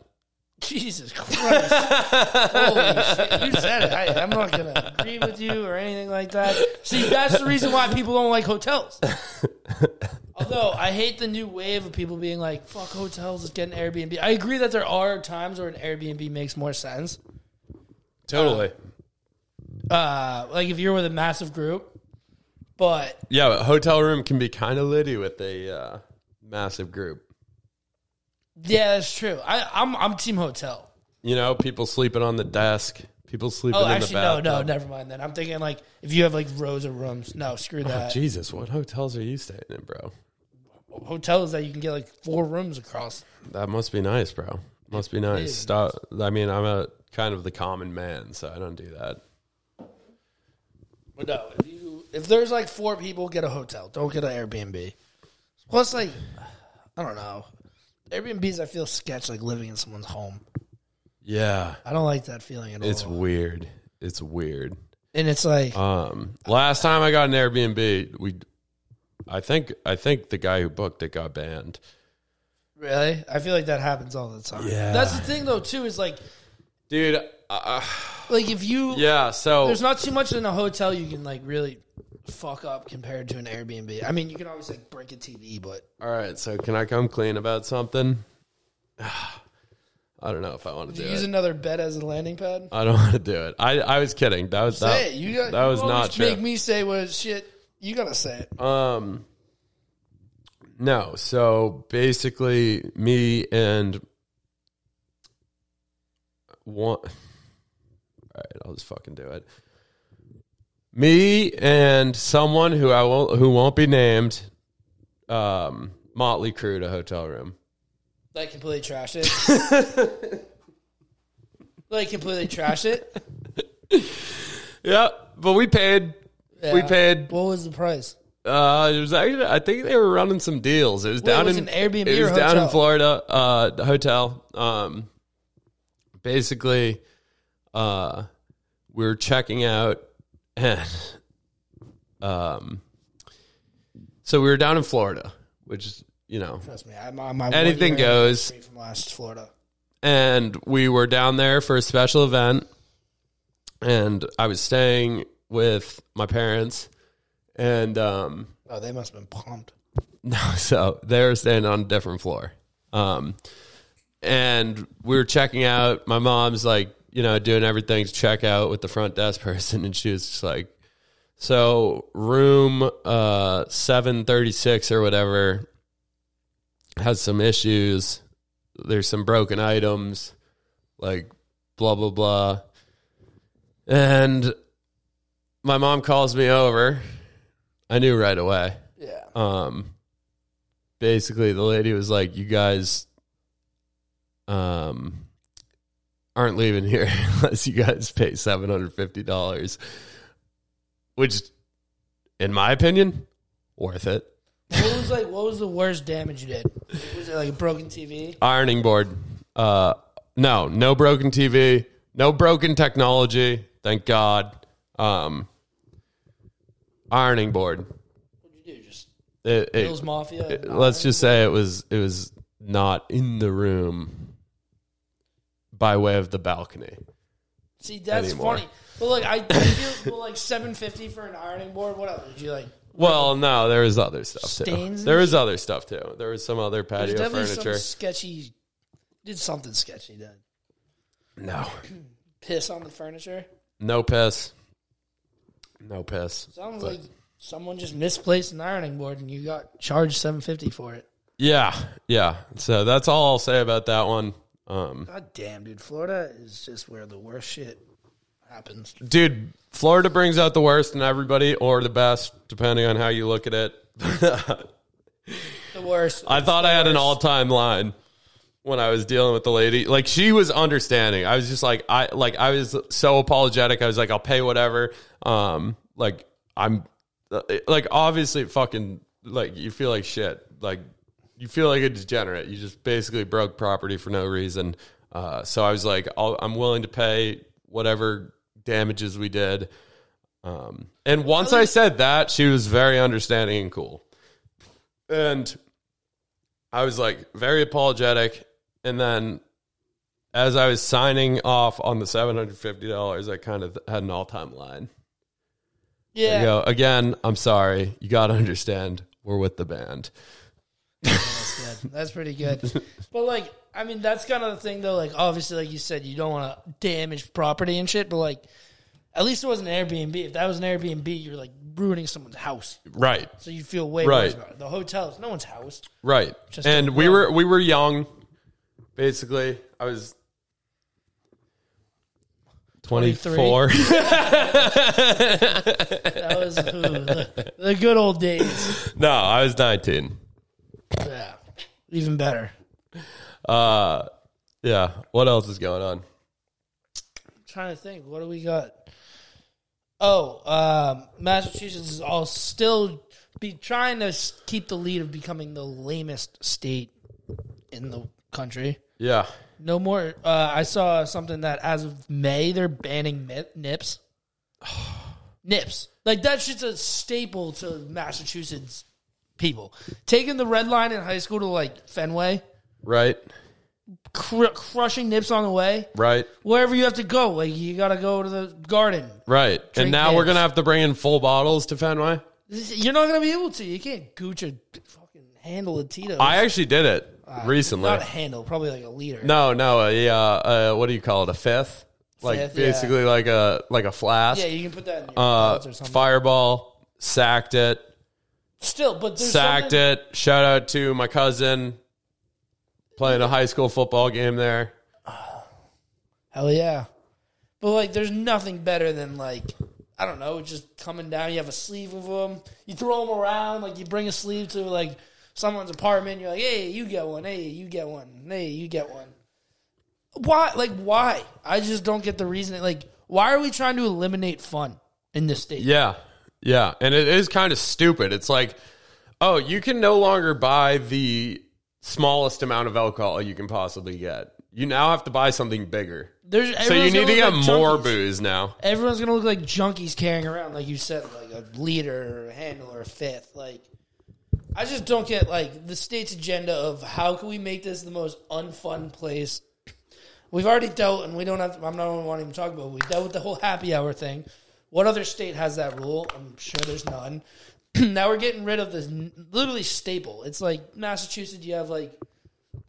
Speaker 3: Jesus Christ. Holy shit. You said it. I, I'm not going to agree with you or anything like that. See, that's the reason why people don't like hotels. Although I hate the new wave of people being like, fuck hotels, let's get an Airbnb. I agree that there are times where an Airbnb makes more sense.
Speaker 2: Totally.
Speaker 3: Uh, like if you're with a massive group, but
Speaker 2: yeah, but hotel room can be kind of litty with a uh, massive group.
Speaker 3: yeah, that's true. I, I'm, I'm team hotel.
Speaker 2: You know, people sleeping on the desk, people sleeping
Speaker 3: Oh,
Speaker 2: in
Speaker 3: actually,
Speaker 2: the
Speaker 3: no,
Speaker 2: bathtub.
Speaker 3: no, never mind. Then I'm thinking like if you have like rows of rooms. No, screw
Speaker 2: Oh,
Speaker 3: that.
Speaker 2: Jesus, what hotels are you staying in, bro?
Speaker 3: Hotels that you can get like four rooms across.
Speaker 2: That must be nice, bro. Must be nice. Stop. I mean, I'm a kind of the common man, so I don't do that.
Speaker 3: But no, if you if there's like four people, get a hotel. Don't get an Airbnb. Plus, like I don't know. Airbnbs, I feel sketch like living in someone's home.
Speaker 2: Yeah.
Speaker 3: I don't like that feeling at all.
Speaker 2: It's weird. It's weird.
Speaker 3: and it's like,
Speaker 2: Um, last time I got an Airbnb, we, I think, I think the guy who booked it got banned.
Speaker 3: really? I feel like that happens all the time.
Speaker 2: Yeah.
Speaker 3: That's the thing, though, too, is like,
Speaker 2: Dude, uh,
Speaker 3: like if you,
Speaker 2: yeah. So
Speaker 3: there's not too much in a hotel you can like really fuck up compared to an Airbnb. I mean, you can always like break a TV, but
Speaker 2: All right, so can I come clean about something? I don't know if I want to do
Speaker 3: use
Speaker 2: it.
Speaker 3: another bed as a landing pad.
Speaker 2: I don't want to do it. I, I was kidding. That was
Speaker 3: say
Speaker 2: that,
Speaker 3: it. You got
Speaker 2: that
Speaker 3: you
Speaker 2: was
Speaker 3: always
Speaker 2: not true.
Speaker 3: Make me say what shit. You gotta say it.
Speaker 2: Um, no. So basically, me and one. All right, I'll just fucking do it. Me and someone who I won't who won't be named, um, Motley Crue to hotel room.
Speaker 3: Like completely trashed it. like completely trashed it.
Speaker 2: Yeah, but we paid. We
Speaker 3: Yeah.
Speaker 2: paid.
Speaker 3: What was the price?
Speaker 2: Uh, it was actually. I think they were running some deals. It was down
Speaker 3: was
Speaker 2: in
Speaker 3: it an Airbnb
Speaker 2: It
Speaker 3: or
Speaker 2: was down in
Speaker 3: hotel?
Speaker 2: Florida. Uh, the hotel. Um, basically, uh, we were checking out, and um, so we were down in Florida, which is you know
Speaker 3: Trust me, I, my, my
Speaker 2: Anything
Speaker 3: one year
Speaker 2: goes.
Speaker 3: anniversary From last Florida,
Speaker 2: and we were down there for a special event and i was staying with my parents and um
Speaker 3: oh, they must have been pumped.
Speaker 2: no so they were staying on a different floor um and we were checking out my mom's like you know doing everything to check out with the front desk person and she was just like so room uh 736 or whatever has some issues. There's some broken items, like blah blah blah. And my mom calls me over. I knew right away.
Speaker 3: Yeah,
Speaker 2: Um basically the lady was like, You guys um aren't leaving here unless you guys pay seven hundred fifty dollars. Which in my opinion, worth it.
Speaker 3: what was like? What was the worst damage you did? Was it like a broken TV?
Speaker 2: ironing board. Uh, no, no broken TV, no broken technology. Thank God. Um, ironing board.
Speaker 3: What'd you do? Just
Speaker 2: It- it-
Speaker 3: Bill's Mafia.
Speaker 2: it- let's just say it was it was not in the room by way of the balcony.
Speaker 3: See, that's
Speaker 2: anymore.
Speaker 3: funny. But like, I, I feel well, like seven fifty for an ironing board. What else did you like?
Speaker 2: Well, no, there was other stuff
Speaker 3: Stains
Speaker 2: too.
Speaker 3: and
Speaker 2: There was other stuff too. There was some other
Speaker 3: There's
Speaker 2: patio
Speaker 3: definitely
Speaker 2: furniture.
Speaker 3: some sketchy. Did something sketchy then?
Speaker 2: No,
Speaker 3: Piss on the furniture.
Speaker 2: no piss. No piss.
Speaker 3: Sounds
Speaker 2: But-
Speaker 3: like someone just misplaced an ironing board and you got charged seven fifty for it.
Speaker 2: Yeah, yeah. So that's all I'll say about that one. Um,
Speaker 3: God damn, dude! Florida is just where the worst shit happens.
Speaker 2: dude, Florida brings out the worst in everybody, or the best, depending on how you look at it.
Speaker 3: The worst.
Speaker 2: I thought I had an all-time line when I was dealing with the lady. Like she was understanding. I was just like, I like I was so apologetic. I was like, I'll pay whatever. Um, like I'm, uh, like obviously, fucking, like you feel like shit. Like you feel like a degenerate. You just basically broke property for no reason. Uh, so I was like, I'll, I'm willing to pay whatever damages we did. Um, and once I said that, she was very understanding and cool. And I was like very apologetic. And then as I was signing off on the $750, I kind of had an all time line. I
Speaker 3: yeah.
Speaker 2: go, again, I'm sorry. You got to understand, we're with the band.
Speaker 3: That's good. That's pretty good. but like, I mean, that's kind of the thing though. Like, obviously, like you said, you don't want to damage property and shit. But like, at least it wasn't an Airbnb. If that was an Airbnb, you're like ruining someone's house,
Speaker 2: Right,
Speaker 3: so you feel way
Speaker 2: Right.
Speaker 3: worse about it. The hotels, no one's house.
Speaker 2: right.
Speaker 3: Just
Speaker 2: and
Speaker 3: don't
Speaker 2: we
Speaker 3: go.
Speaker 2: were we were young. Basically, I was
Speaker 3: 23.
Speaker 2: 24.
Speaker 3: That was ooh, the, the good old days.
Speaker 2: no, I was 19.
Speaker 3: Yeah, even better.
Speaker 2: Uh, yeah. What else is going on?
Speaker 3: trying to think. What do we got? Oh, um, Massachusetts is all still be trying to s- keep the lead of becoming the lamest state in the country.
Speaker 2: Yeah.
Speaker 3: No more. Uh, I saw something that as of May they're banning mi- nips. nips like that shit's a staple to Massachusetts people. Taking the red line in high school to like Fenway,
Speaker 2: Right.
Speaker 3: cr- crushing nips on the way
Speaker 2: Right.
Speaker 3: wherever you have to go. Like you got to go to the garden.
Speaker 2: Right.
Speaker 3: Drink
Speaker 2: and now we're
Speaker 3: mix.
Speaker 2: gonna have to bring in full bottles to Fenway.
Speaker 3: This- You're not gonna be able to. You can't gooch a fucking handle of Tito's.
Speaker 2: I actually did it recently.
Speaker 3: Uh, not a handle, probably like a liter.
Speaker 2: no, no, a uh, uh, what do you call it? A fifth, like
Speaker 3: Fifth, yeah.
Speaker 2: basically like a like a flask,
Speaker 3: Yeah, you can put that in your
Speaker 2: uh,
Speaker 3: clothes or something.
Speaker 2: fireball, sacked it,
Speaker 3: Still, but there's
Speaker 2: sacked
Speaker 3: something-
Speaker 2: it. Shout out to my cousin playing a high school football game there.
Speaker 3: Hell yeah. But like, there's nothing better than like, I don't know, just coming down. You have a sleeve of them. You throw them around. Like you bring a sleeve to like someone's apartment. You're like, hey, you get one. Hey, you get one. Hey, you get one. Why? Like, why? I just don't get the reason. Like, why are we trying to eliminate fun in this state?
Speaker 2: Yeah. Yeah. And it is kind of stupid. It's like, oh, you can no longer buy the smallest amount of alcohol you can possibly get. You now have to buy something bigger.
Speaker 3: There's,
Speaker 2: So you
Speaker 3: everyone's
Speaker 2: need to
Speaker 3: gonna
Speaker 2: get
Speaker 3: look like
Speaker 2: more
Speaker 3: junkies.
Speaker 2: booze now.
Speaker 3: Everyone's gonna look like junkies carrying around, like you said, like a leader or a handle or a fifth. Like, I just don't get like the state's agenda of how can we make this the most unfun place. We've already dealt, and we don't have. I'm not even wanting to talk about. it. We dealt with the whole happy hour thing. What other state has that rule? I'm sure there's none. now we're getting rid of this n- literally staple. It's like Massachusetts. You have like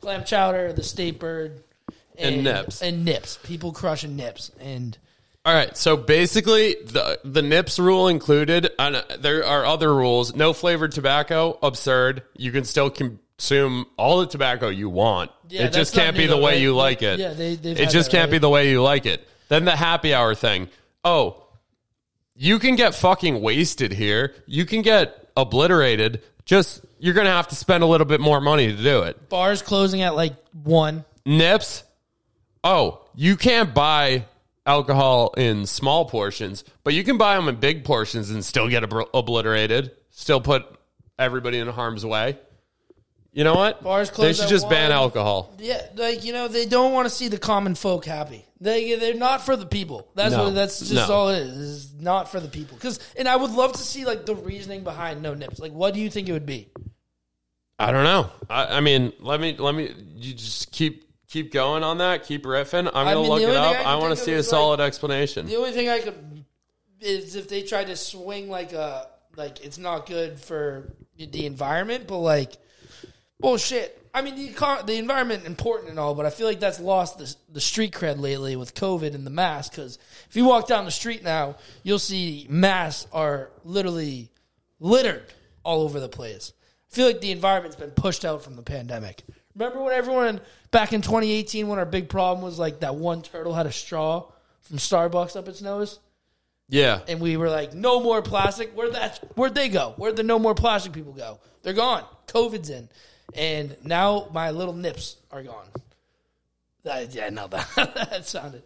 Speaker 3: clam chowder, the state bird,
Speaker 2: And nips.
Speaker 3: and nips. People crushing nips and.
Speaker 2: All right. So basically, the the NIPS rule included, and uh, there are other rules. No flavored tobacco, absurd. You can still consume all the tobacco you want.
Speaker 3: Yeah,
Speaker 2: it just
Speaker 3: that's not
Speaker 2: can't be
Speaker 3: new
Speaker 2: the
Speaker 3: though,
Speaker 2: way
Speaker 3: right?
Speaker 2: you like it.
Speaker 3: Yeah, they- they've
Speaker 2: it
Speaker 3: had
Speaker 2: just
Speaker 3: that,
Speaker 2: can't be
Speaker 3: right?
Speaker 2: the way you like it. Then the happy hour thing. Oh, you can get fucking wasted here. You can get obliterated. Just you're gonna have to spend a little bit more money to do it.
Speaker 3: bars closing at like one.
Speaker 2: Nips. Oh, you can't buy alcohol in small portions, but you can buy them in big portions and still get ob- obliterated. Still put everybody in harm's way. You know what?
Speaker 3: Bars
Speaker 2: They
Speaker 3: close
Speaker 2: should
Speaker 3: at
Speaker 2: just ban
Speaker 3: one.
Speaker 2: alcohol.
Speaker 3: Yeah, like you know, they don't want to see the common folk happy. They they're not for the people. That's
Speaker 2: No.
Speaker 3: what that's just
Speaker 2: No.
Speaker 3: all it is. is not for the people. Because and I would love to see like the reasoning behind no nips. Like, what do you think it would be?
Speaker 2: I don't know. I, I mean, let me let me. You just keep keep going on that. Keep riffing. I'm gonna
Speaker 3: mean, the
Speaker 2: look it
Speaker 3: only thing
Speaker 2: up.
Speaker 3: I can
Speaker 2: I, want
Speaker 3: think
Speaker 2: to
Speaker 3: of
Speaker 2: see a
Speaker 3: is, like,
Speaker 2: solid explanation.
Speaker 3: The only thing I could is if they tried to swing like a like it's not good for the environment, but like bullshit. I mean, the econ- the environment important and all, but I feel like that's lost the the street cred lately with COVID and the mask. Because if you walk down the street now, you'll see masks are literally littered all over the place. I feel like the environment's been pushed out from the pandemic. Remember when everyone back in 2018 when our big problem was like that one turtle had a straw from Starbucks up its nose?
Speaker 2: Yeah,
Speaker 3: and we were like, no more plastic. Where that? Where'd they go? Where'd the no more plastic people go? They're gone. COVID's in, and now my little nips are gone. That, yeah, no, that, that sounded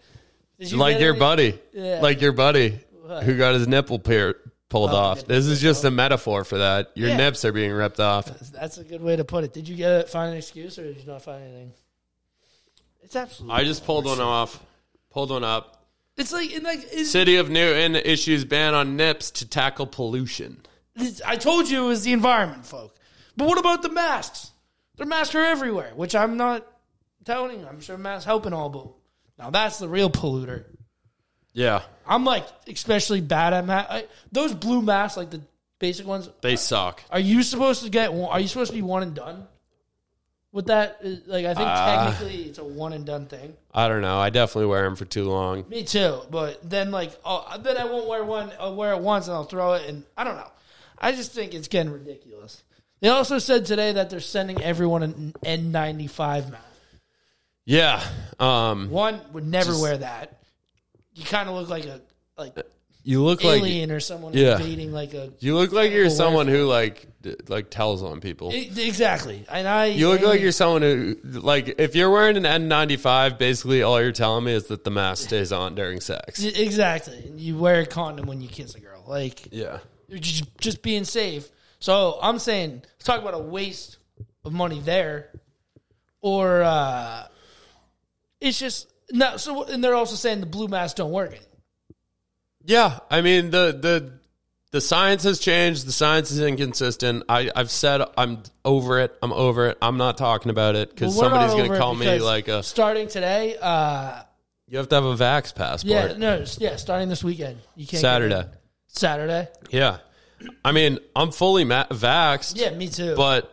Speaker 3: Did you
Speaker 2: like
Speaker 3: get
Speaker 2: your
Speaker 3: any-
Speaker 2: buddy,
Speaker 3: Yeah. Oh,
Speaker 2: like your buddy who got his nipple pier- pulled off. This is just a metaphor for that. Your
Speaker 3: Yeah.
Speaker 2: nips are being ripped off.
Speaker 3: That's a good way to put it. Did you get it, find an excuse, or did you not find anything? It's absolutely.
Speaker 2: I just pulled one off. Pulled one up.
Speaker 3: It's like, and like it's,
Speaker 2: City of Newton issues ban on nips to tackle pollution.
Speaker 3: it's- I told you, it was the environment, folk. But what about the masks? Their masks are everywhere, which I'm not telling you. I'm sure masks help and all, but now that's the real polluter.
Speaker 2: Yeah,
Speaker 3: I'm like especially bad at math. I, those blue masks, like the basic ones,
Speaker 2: they suck.
Speaker 3: are you supposed to get? one Are you supposed to be one and done? With that, uh, like I think technically it's a one and done thing.
Speaker 2: I don't know. I definitely wear them for too long.
Speaker 3: Me too, but then like oh, then I won't wear one. I'll wear it once and I'll throw it, and I don't know. I just think it's getting ridiculous. They also said today that they're sending everyone an N95 mask.
Speaker 2: Yeah. Um.
Speaker 3: One would never wear that. You kind of look like a like
Speaker 2: You look Uh, like
Speaker 3: alien or someone
Speaker 2: yeah.
Speaker 3: invading like a
Speaker 2: you look like you're
Speaker 3: People wear
Speaker 2: someone who like d- like tells on people.
Speaker 3: E- Exactly, and I.
Speaker 2: You look like you're someone who, like, if you're wearing an N95, basically all you're telling me is that the mask stays on during sex.
Speaker 3: exactly. And you wear a condom when you kiss a girl. Like
Speaker 2: Yeah.
Speaker 3: you're just, just being safe. So I'm saying, let's talk about a waste of money there, or uh, it's just no. So and they're also saying the blue masks don't work.
Speaker 2: Yeah, I mean the the the science has changed. The science is inconsistent. I I've said I'm over it. I'm over it. I'm not talking about it because
Speaker 3: Well, we're not
Speaker 2: somebody's
Speaker 3: over
Speaker 2: gonna
Speaker 3: it
Speaker 2: call me
Speaker 3: because
Speaker 2: like a.
Speaker 3: starting today. Uh,
Speaker 2: You have to have a vax passport.
Speaker 3: yeah, no, yeah, starting this weekend. You can't get
Speaker 2: Saturday.
Speaker 3: in. Saturday.
Speaker 2: Yeah, I mean I'm fully ma- vaxxed.
Speaker 3: Yeah, me too.
Speaker 2: but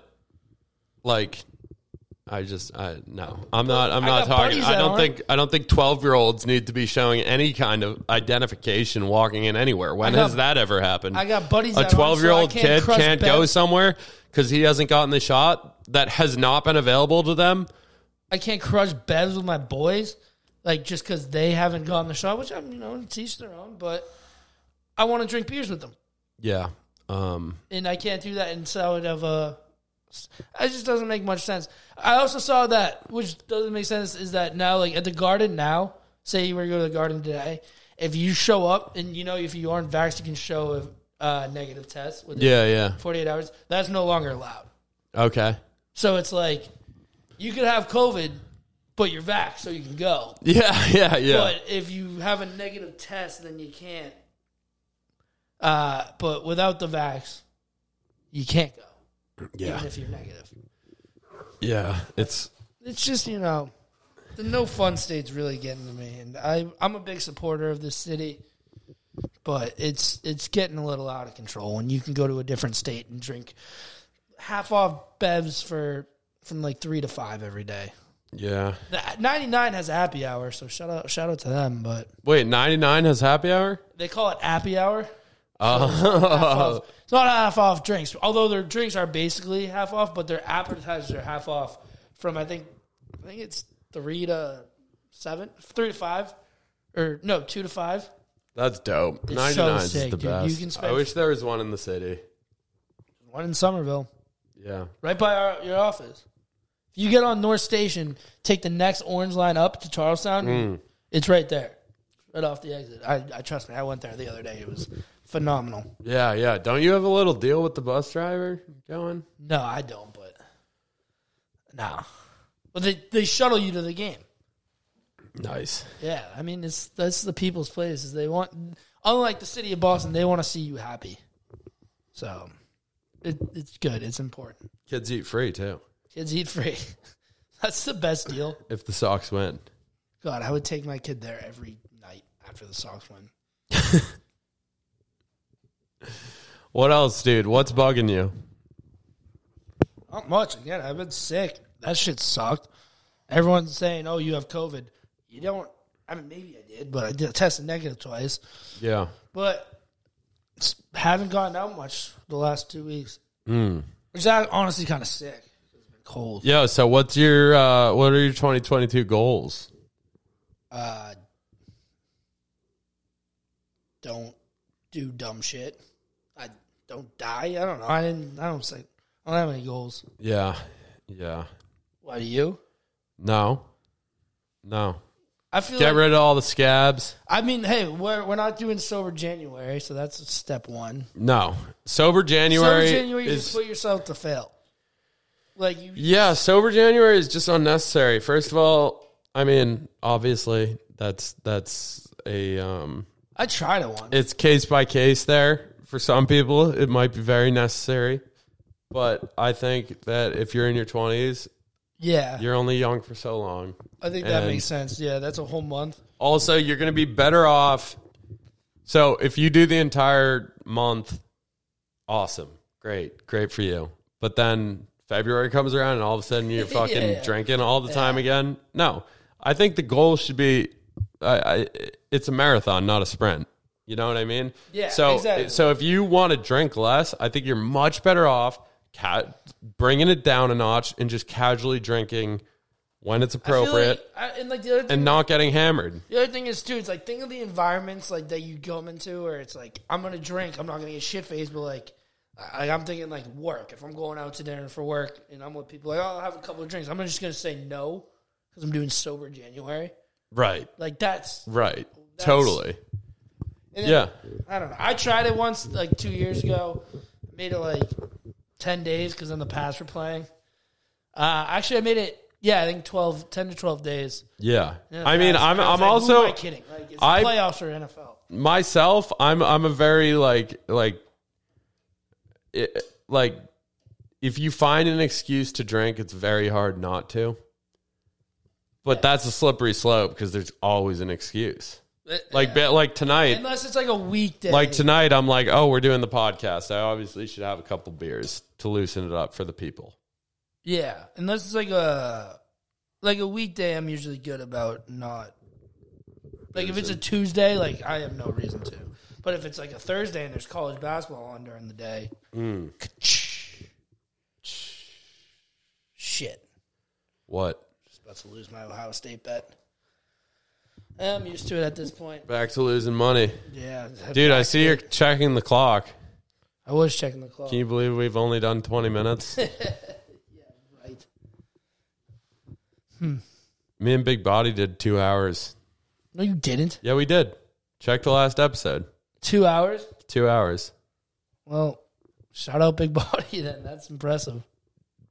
Speaker 2: like I just I no. I'm not I'm not
Speaker 3: got
Speaker 2: talking
Speaker 3: buddies
Speaker 2: I
Speaker 3: that
Speaker 2: don't
Speaker 3: aren't.
Speaker 2: think I don't think 12-year-olds need to be showing any kind of identification walking in anywhere. When
Speaker 3: got-
Speaker 2: has that ever happened?
Speaker 3: I got buddies.
Speaker 2: a
Speaker 3: that aren't, so I
Speaker 2: 12-year-old
Speaker 3: can't
Speaker 2: kid
Speaker 3: crush
Speaker 2: can't
Speaker 3: bet-
Speaker 2: go somewhere cuz he hasn't gotten the shot that has not been available to them.
Speaker 3: I can't crush beds with my boys, like just because they haven't gotten the shot, which I'm, you know, teach their own. But I want to drink beers with them,
Speaker 2: Yeah. Um
Speaker 3: and I can't do that inside of a. It just doesn't make much sense. I also saw that, which doesn't make sense, is that now, like at the garden now, say you were to go to the garden today, if you show up and you know if you aren't vaxxed, you can show a uh, negative test within
Speaker 2: yeah, yeah.
Speaker 3: 48 hours. That's no longer allowed.
Speaker 2: Okay.
Speaker 3: So it's like you could have COVID, but you're vaxxed, so you can go.
Speaker 2: Yeah, yeah, yeah.
Speaker 3: But if you have a negative test, then you can't. Uh, but without the vax, you can't go,
Speaker 1: Yeah.
Speaker 3: even if you're negative.
Speaker 2: yeah, it's
Speaker 3: It's just you know, the no fun state's really getting to me, and I I'm a big supporter of this city, but it's it's getting a little out of control. When you can go to a different state and drink half off bevs for from like three to five every day.
Speaker 2: yeah.
Speaker 3: Ninety nine has a happy hour, so shout out shout out to them. But
Speaker 2: Wait, 99 has happy hour?
Speaker 3: they call it happy hour.
Speaker 2: Oh.
Speaker 3: off. It's not half off drinks, although their drinks are basically half off, but their appetizers are half off from I think I think it's three to seven, three to five, or no, two to five.
Speaker 2: That's dope.
Speaker 3: It's
Speaker 2: 99
Speaker 3: so
Speaker 2: is
Speaker 3: sick,
Speaker 2: the
Speaker 3: dude. You
Speaker 2: best.
Speaker 3: can spend-
Speaker 2: I wish there was one in the city.
Speaker 3: One in Somerville,
Speaker 2: Yeah.
Speaker 3: right by our, your office. If you get on North Station, take the next orange line up to Charlestown. It's right there, right off the exit. I, I trust me, I went there the other day. It was phenomenal.
Speaker 2: Yeah, yeah. Don't you have a little deal with the bus driver going?
Speaker 3: No, I don't, but no, but they they shuttle you to the game.
Speaker 2: Nice.
Speaker 3: Yeah, I mean, it's that's the people's place. Is they want, unlike the city of Boston, they want to see you happy. So, it, it's good. It's important.
Speaker 2: Kids eat free too.
Speaker 3: Kids eat free. that's the best deal.
Speaker 2: If the Sox win.
Speaker 3: God, I would take my kid there every night after the Sox win.
Speaker 2: What else, dude? What's bugging you?
Speaker 3: Not much. Again, I've been sick. That shit sucked. Everyone's saying, "Oh, you have COVID." You don't. I mean, maybe I did, but I did tested negative twice.
Speaker 2: Yeah.
Speaker 3: but s- haven't gotten out much the last two weeks.
Speaker 2: Hmm.
Speaker 3: Which I honestly kind of sick. It's been cold.
Speaker 2: Yo, so what's your uh what are your 2022 goals?
Speaker 3: Uh, don't do dumb shit. I don't die. I don't know. I didn't. I don't say. I don't have any goals.
Speaker 2: Yeah. Yeah.
Speaker 3: Why do you?
Speaker 2: No. No.
Speaker 3: I feel.
Speaker 2: Get
Speaker 3: like,
Speaker 2: rid of all the scabs.
Speaker 3: I mean, hey, we're we're not doing sober January, so that's step one.
Speaker 2: No. Sober January.
Speaker 3: sober January, you
Speaker 2: is-
Speaker 3: just put yourself to fail. Like you,
Speaker 2: Yeah, sober January is just unnecessary. First of all, I mean, obviously that's that's a um
Speaker 3: I tried it once.
Speaker 2: it's case by case there. For some people, it might be very necessary. But I think that if you're in your 20s,
Speaker 3: yeah,
Speaker 2: you're only young for so long.
Speaker 3: I think that
Speaker 2: and-
Speaker 3: makes sense. Yeah, that's a whole month.
Speaker 2: Also, you're going to be better off. So, if you do the entire month, awesome. Great. Great for you. But then February comes around and all of a sudden you're fucking
Speaker 3: Yeah.
Speaker 2: drinking all the time again. No. I think the goal should be I, I, it's a marathon, not a sprint. You know what I mean?
Speaker 3: Yeah,
Speaker 2: So,
Speaker 3: exactly.
Speaker 2: so if you want to drink less, I think you're much better off ca- bringing it down a notch and just casually drinking when it's
Speaker 3: I feel
Speaker 2: appropriate
Speaker 3: Like, I, and like the other thing,
Speaker 2: and not getting hammered.
Speaker 3: the other thing is too. It's like think of the environments like that you come into, where it's like I'm gonna drink, I'm not gonna get shit faced, but like. I, I'm thinking like work. If I'm going out to dinner for work and I'm with people, like oh, I'll have a couple of drinks. I'm just gonna say no because I'm doing sober January.
Speaker 2: Right.
Speaker 3: Like that's
Speaker 2: Right.
Speaker 3: That's-
Speaker 2: totally.
Speaker 3: and then-
Speaker 2: Yeah.
Speaker 3: I don't know. I tried it once like two years ago. Made it like 10 days because then the Pats were playing. Uh, actually, I made it, yeah, I think 12, 10 to 12 days.
Speaker 2: Yeah.
Speaker 3: And the
Speaker 2: I mean, I'm
Speaker 3: Pats- I was
Speaker 2: I'm
Speaker 3: like, Who
Speaker 2: also
Speaker 3: am I kidding? Like, it's
Speaker 2: I-
Speaker 3: the playoffs or NFL.
Speaker 2: myself, I'm I'm a very like like it, like if you find an excuse to drink, it's very hard not to. But that's a slippery slope because there's always an excuse. Like be- like tonight,
Speaker 3: Unless it's like a weekday.
Speaker 2: like tonight, I'm like, oh, we're doing the podcast. I obviously should have a couple beers to loosen it up for the people.
Speaker 3: Yeah, unless it's like a like a weekday, I'm usually good about not. Like if it's a Tuesday, like I have no reason to. But if it's like a Thursday and there's college basketball on during the day,
Speaker 2: Mm.
Speaker 3: ka-choo. shit,
Speaker 2: What?
Speaker 3: just about to lose my Ohio State bet. I'm used to it at this point.
Speaker 2: Back to losing money,
Speaker 3: Yeah,
Speaker 2: dude. I see you're checking the clock.
Speaker 3: I was checking the clock.
Speaker 2: Can you believe we've only done 20 minutes?
Speaker 3: Right.
Speaker 2: Me and Big Body did two hours.
Speaker 3: No, you didn't.
Speaker 2: Yeah, we did. Check the last episode.
Speaker 3: Two hours.
Speaker 2: Two hours.
Speaker 3: Well, shout out Big Body. Then that's impressive.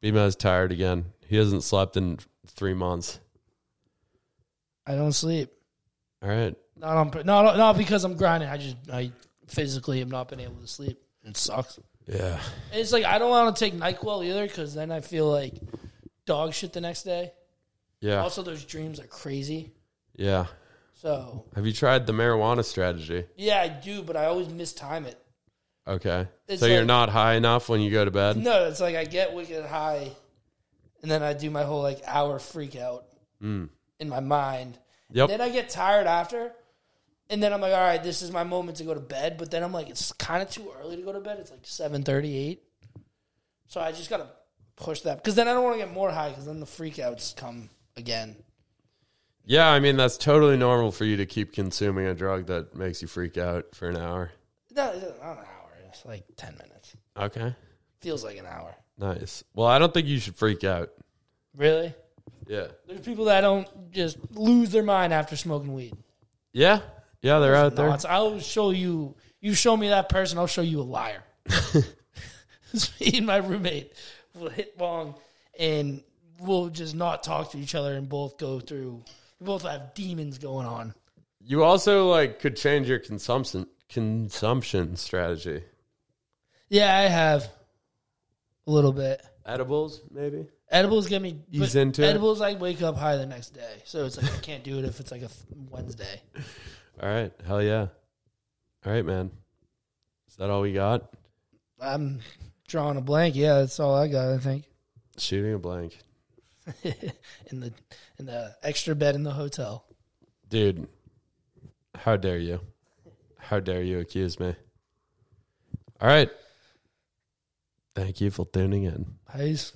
Speaker 2: Bima's tired again. He hasn't slept in three months.
Speaker 3: I don't sleep.
Speaker 2: All right.
Speaker 3: Not on, pur- not not because I'm grinding. I just I physically have not been able to sleep. It sucks.
Speaker 2: Yeah.
Speaker 3: And it's like I don't want to take Nyquil either because then I feel like dog shit the next day.
Speaker 2: Yeah.
Speaker 3: Also, those dreams are crazy.
Speaker 2: yeah.
Speaker 3: So
Speaker 2: Have you tried the marijuana strategy?
Speaker 3: yeah, I do, but I always mistime it.
Speaker 2: Okay.
Speaker 3: It's
Speaker 2: so you're
Speaker 3: like-
Speaker 2: not high enough when you go to bed?
Speaker 3: No, it's like I get wicked high, and then I do my whole like hour freak out in my mind.
Speaker 2: Yep.
Speaker 3: Then I get tired after, and then I'm like, all right, this is my moment to go to bed. But then I'm like, it's kind of too early to go to bed. It's like seven thirty eight, so I just gotta push that because then I don't want to get more high because then the freakouts come again.
Speaker 2: Yeah. I mean, that's totally normal for you to keep consuming a drug that makes you freak out for an hour.
Speaker 3: No, it's not an hour. It's like ten minutes.
Speaker 2: Okay.
Speaker 3: Feels like an hour.
Speaker 2: Nice. Well, I don't think you should freak out.
Speaker 3: Really?
Speaker 2: Yeah.
Speaker 3: There's people that don't just lose their mind after smoking weed.
Speaker 2: Yeah. Yeah. They're out there.
Speaker 3: Nonsense. I'll show you. You show me that person, I'll show you a liar. It's me and my roommate will hit bong, and we'll just not talk to each other, and both go through. We both have demons going on.
Speaker 2: You also like could change your consumption consumption strategy.
Speaker 3: Yeah, I have a little bit.
Speaker 2: Edibles, maybe.
Speaker 3: Edibles get me but
Speaker 2: Ease into it.
Speaker 3: edibles. I wake up high the next day, so it's like I can't do it if it's like a th- Wednesday.
Speaker 2: All right, hell yeah. All right, man. Is that all we got?
Speaker 3: I'm drawing a blank. Yeah, that's all I got. I think
Speaker 2: Shooting a blank,
Speaker 3: in the in the extra bed in the hotel.
Speaker 2: dude. How dare you? How dare you accuse me? All right. Thank you for tuning in.
Speaker 3: Peace.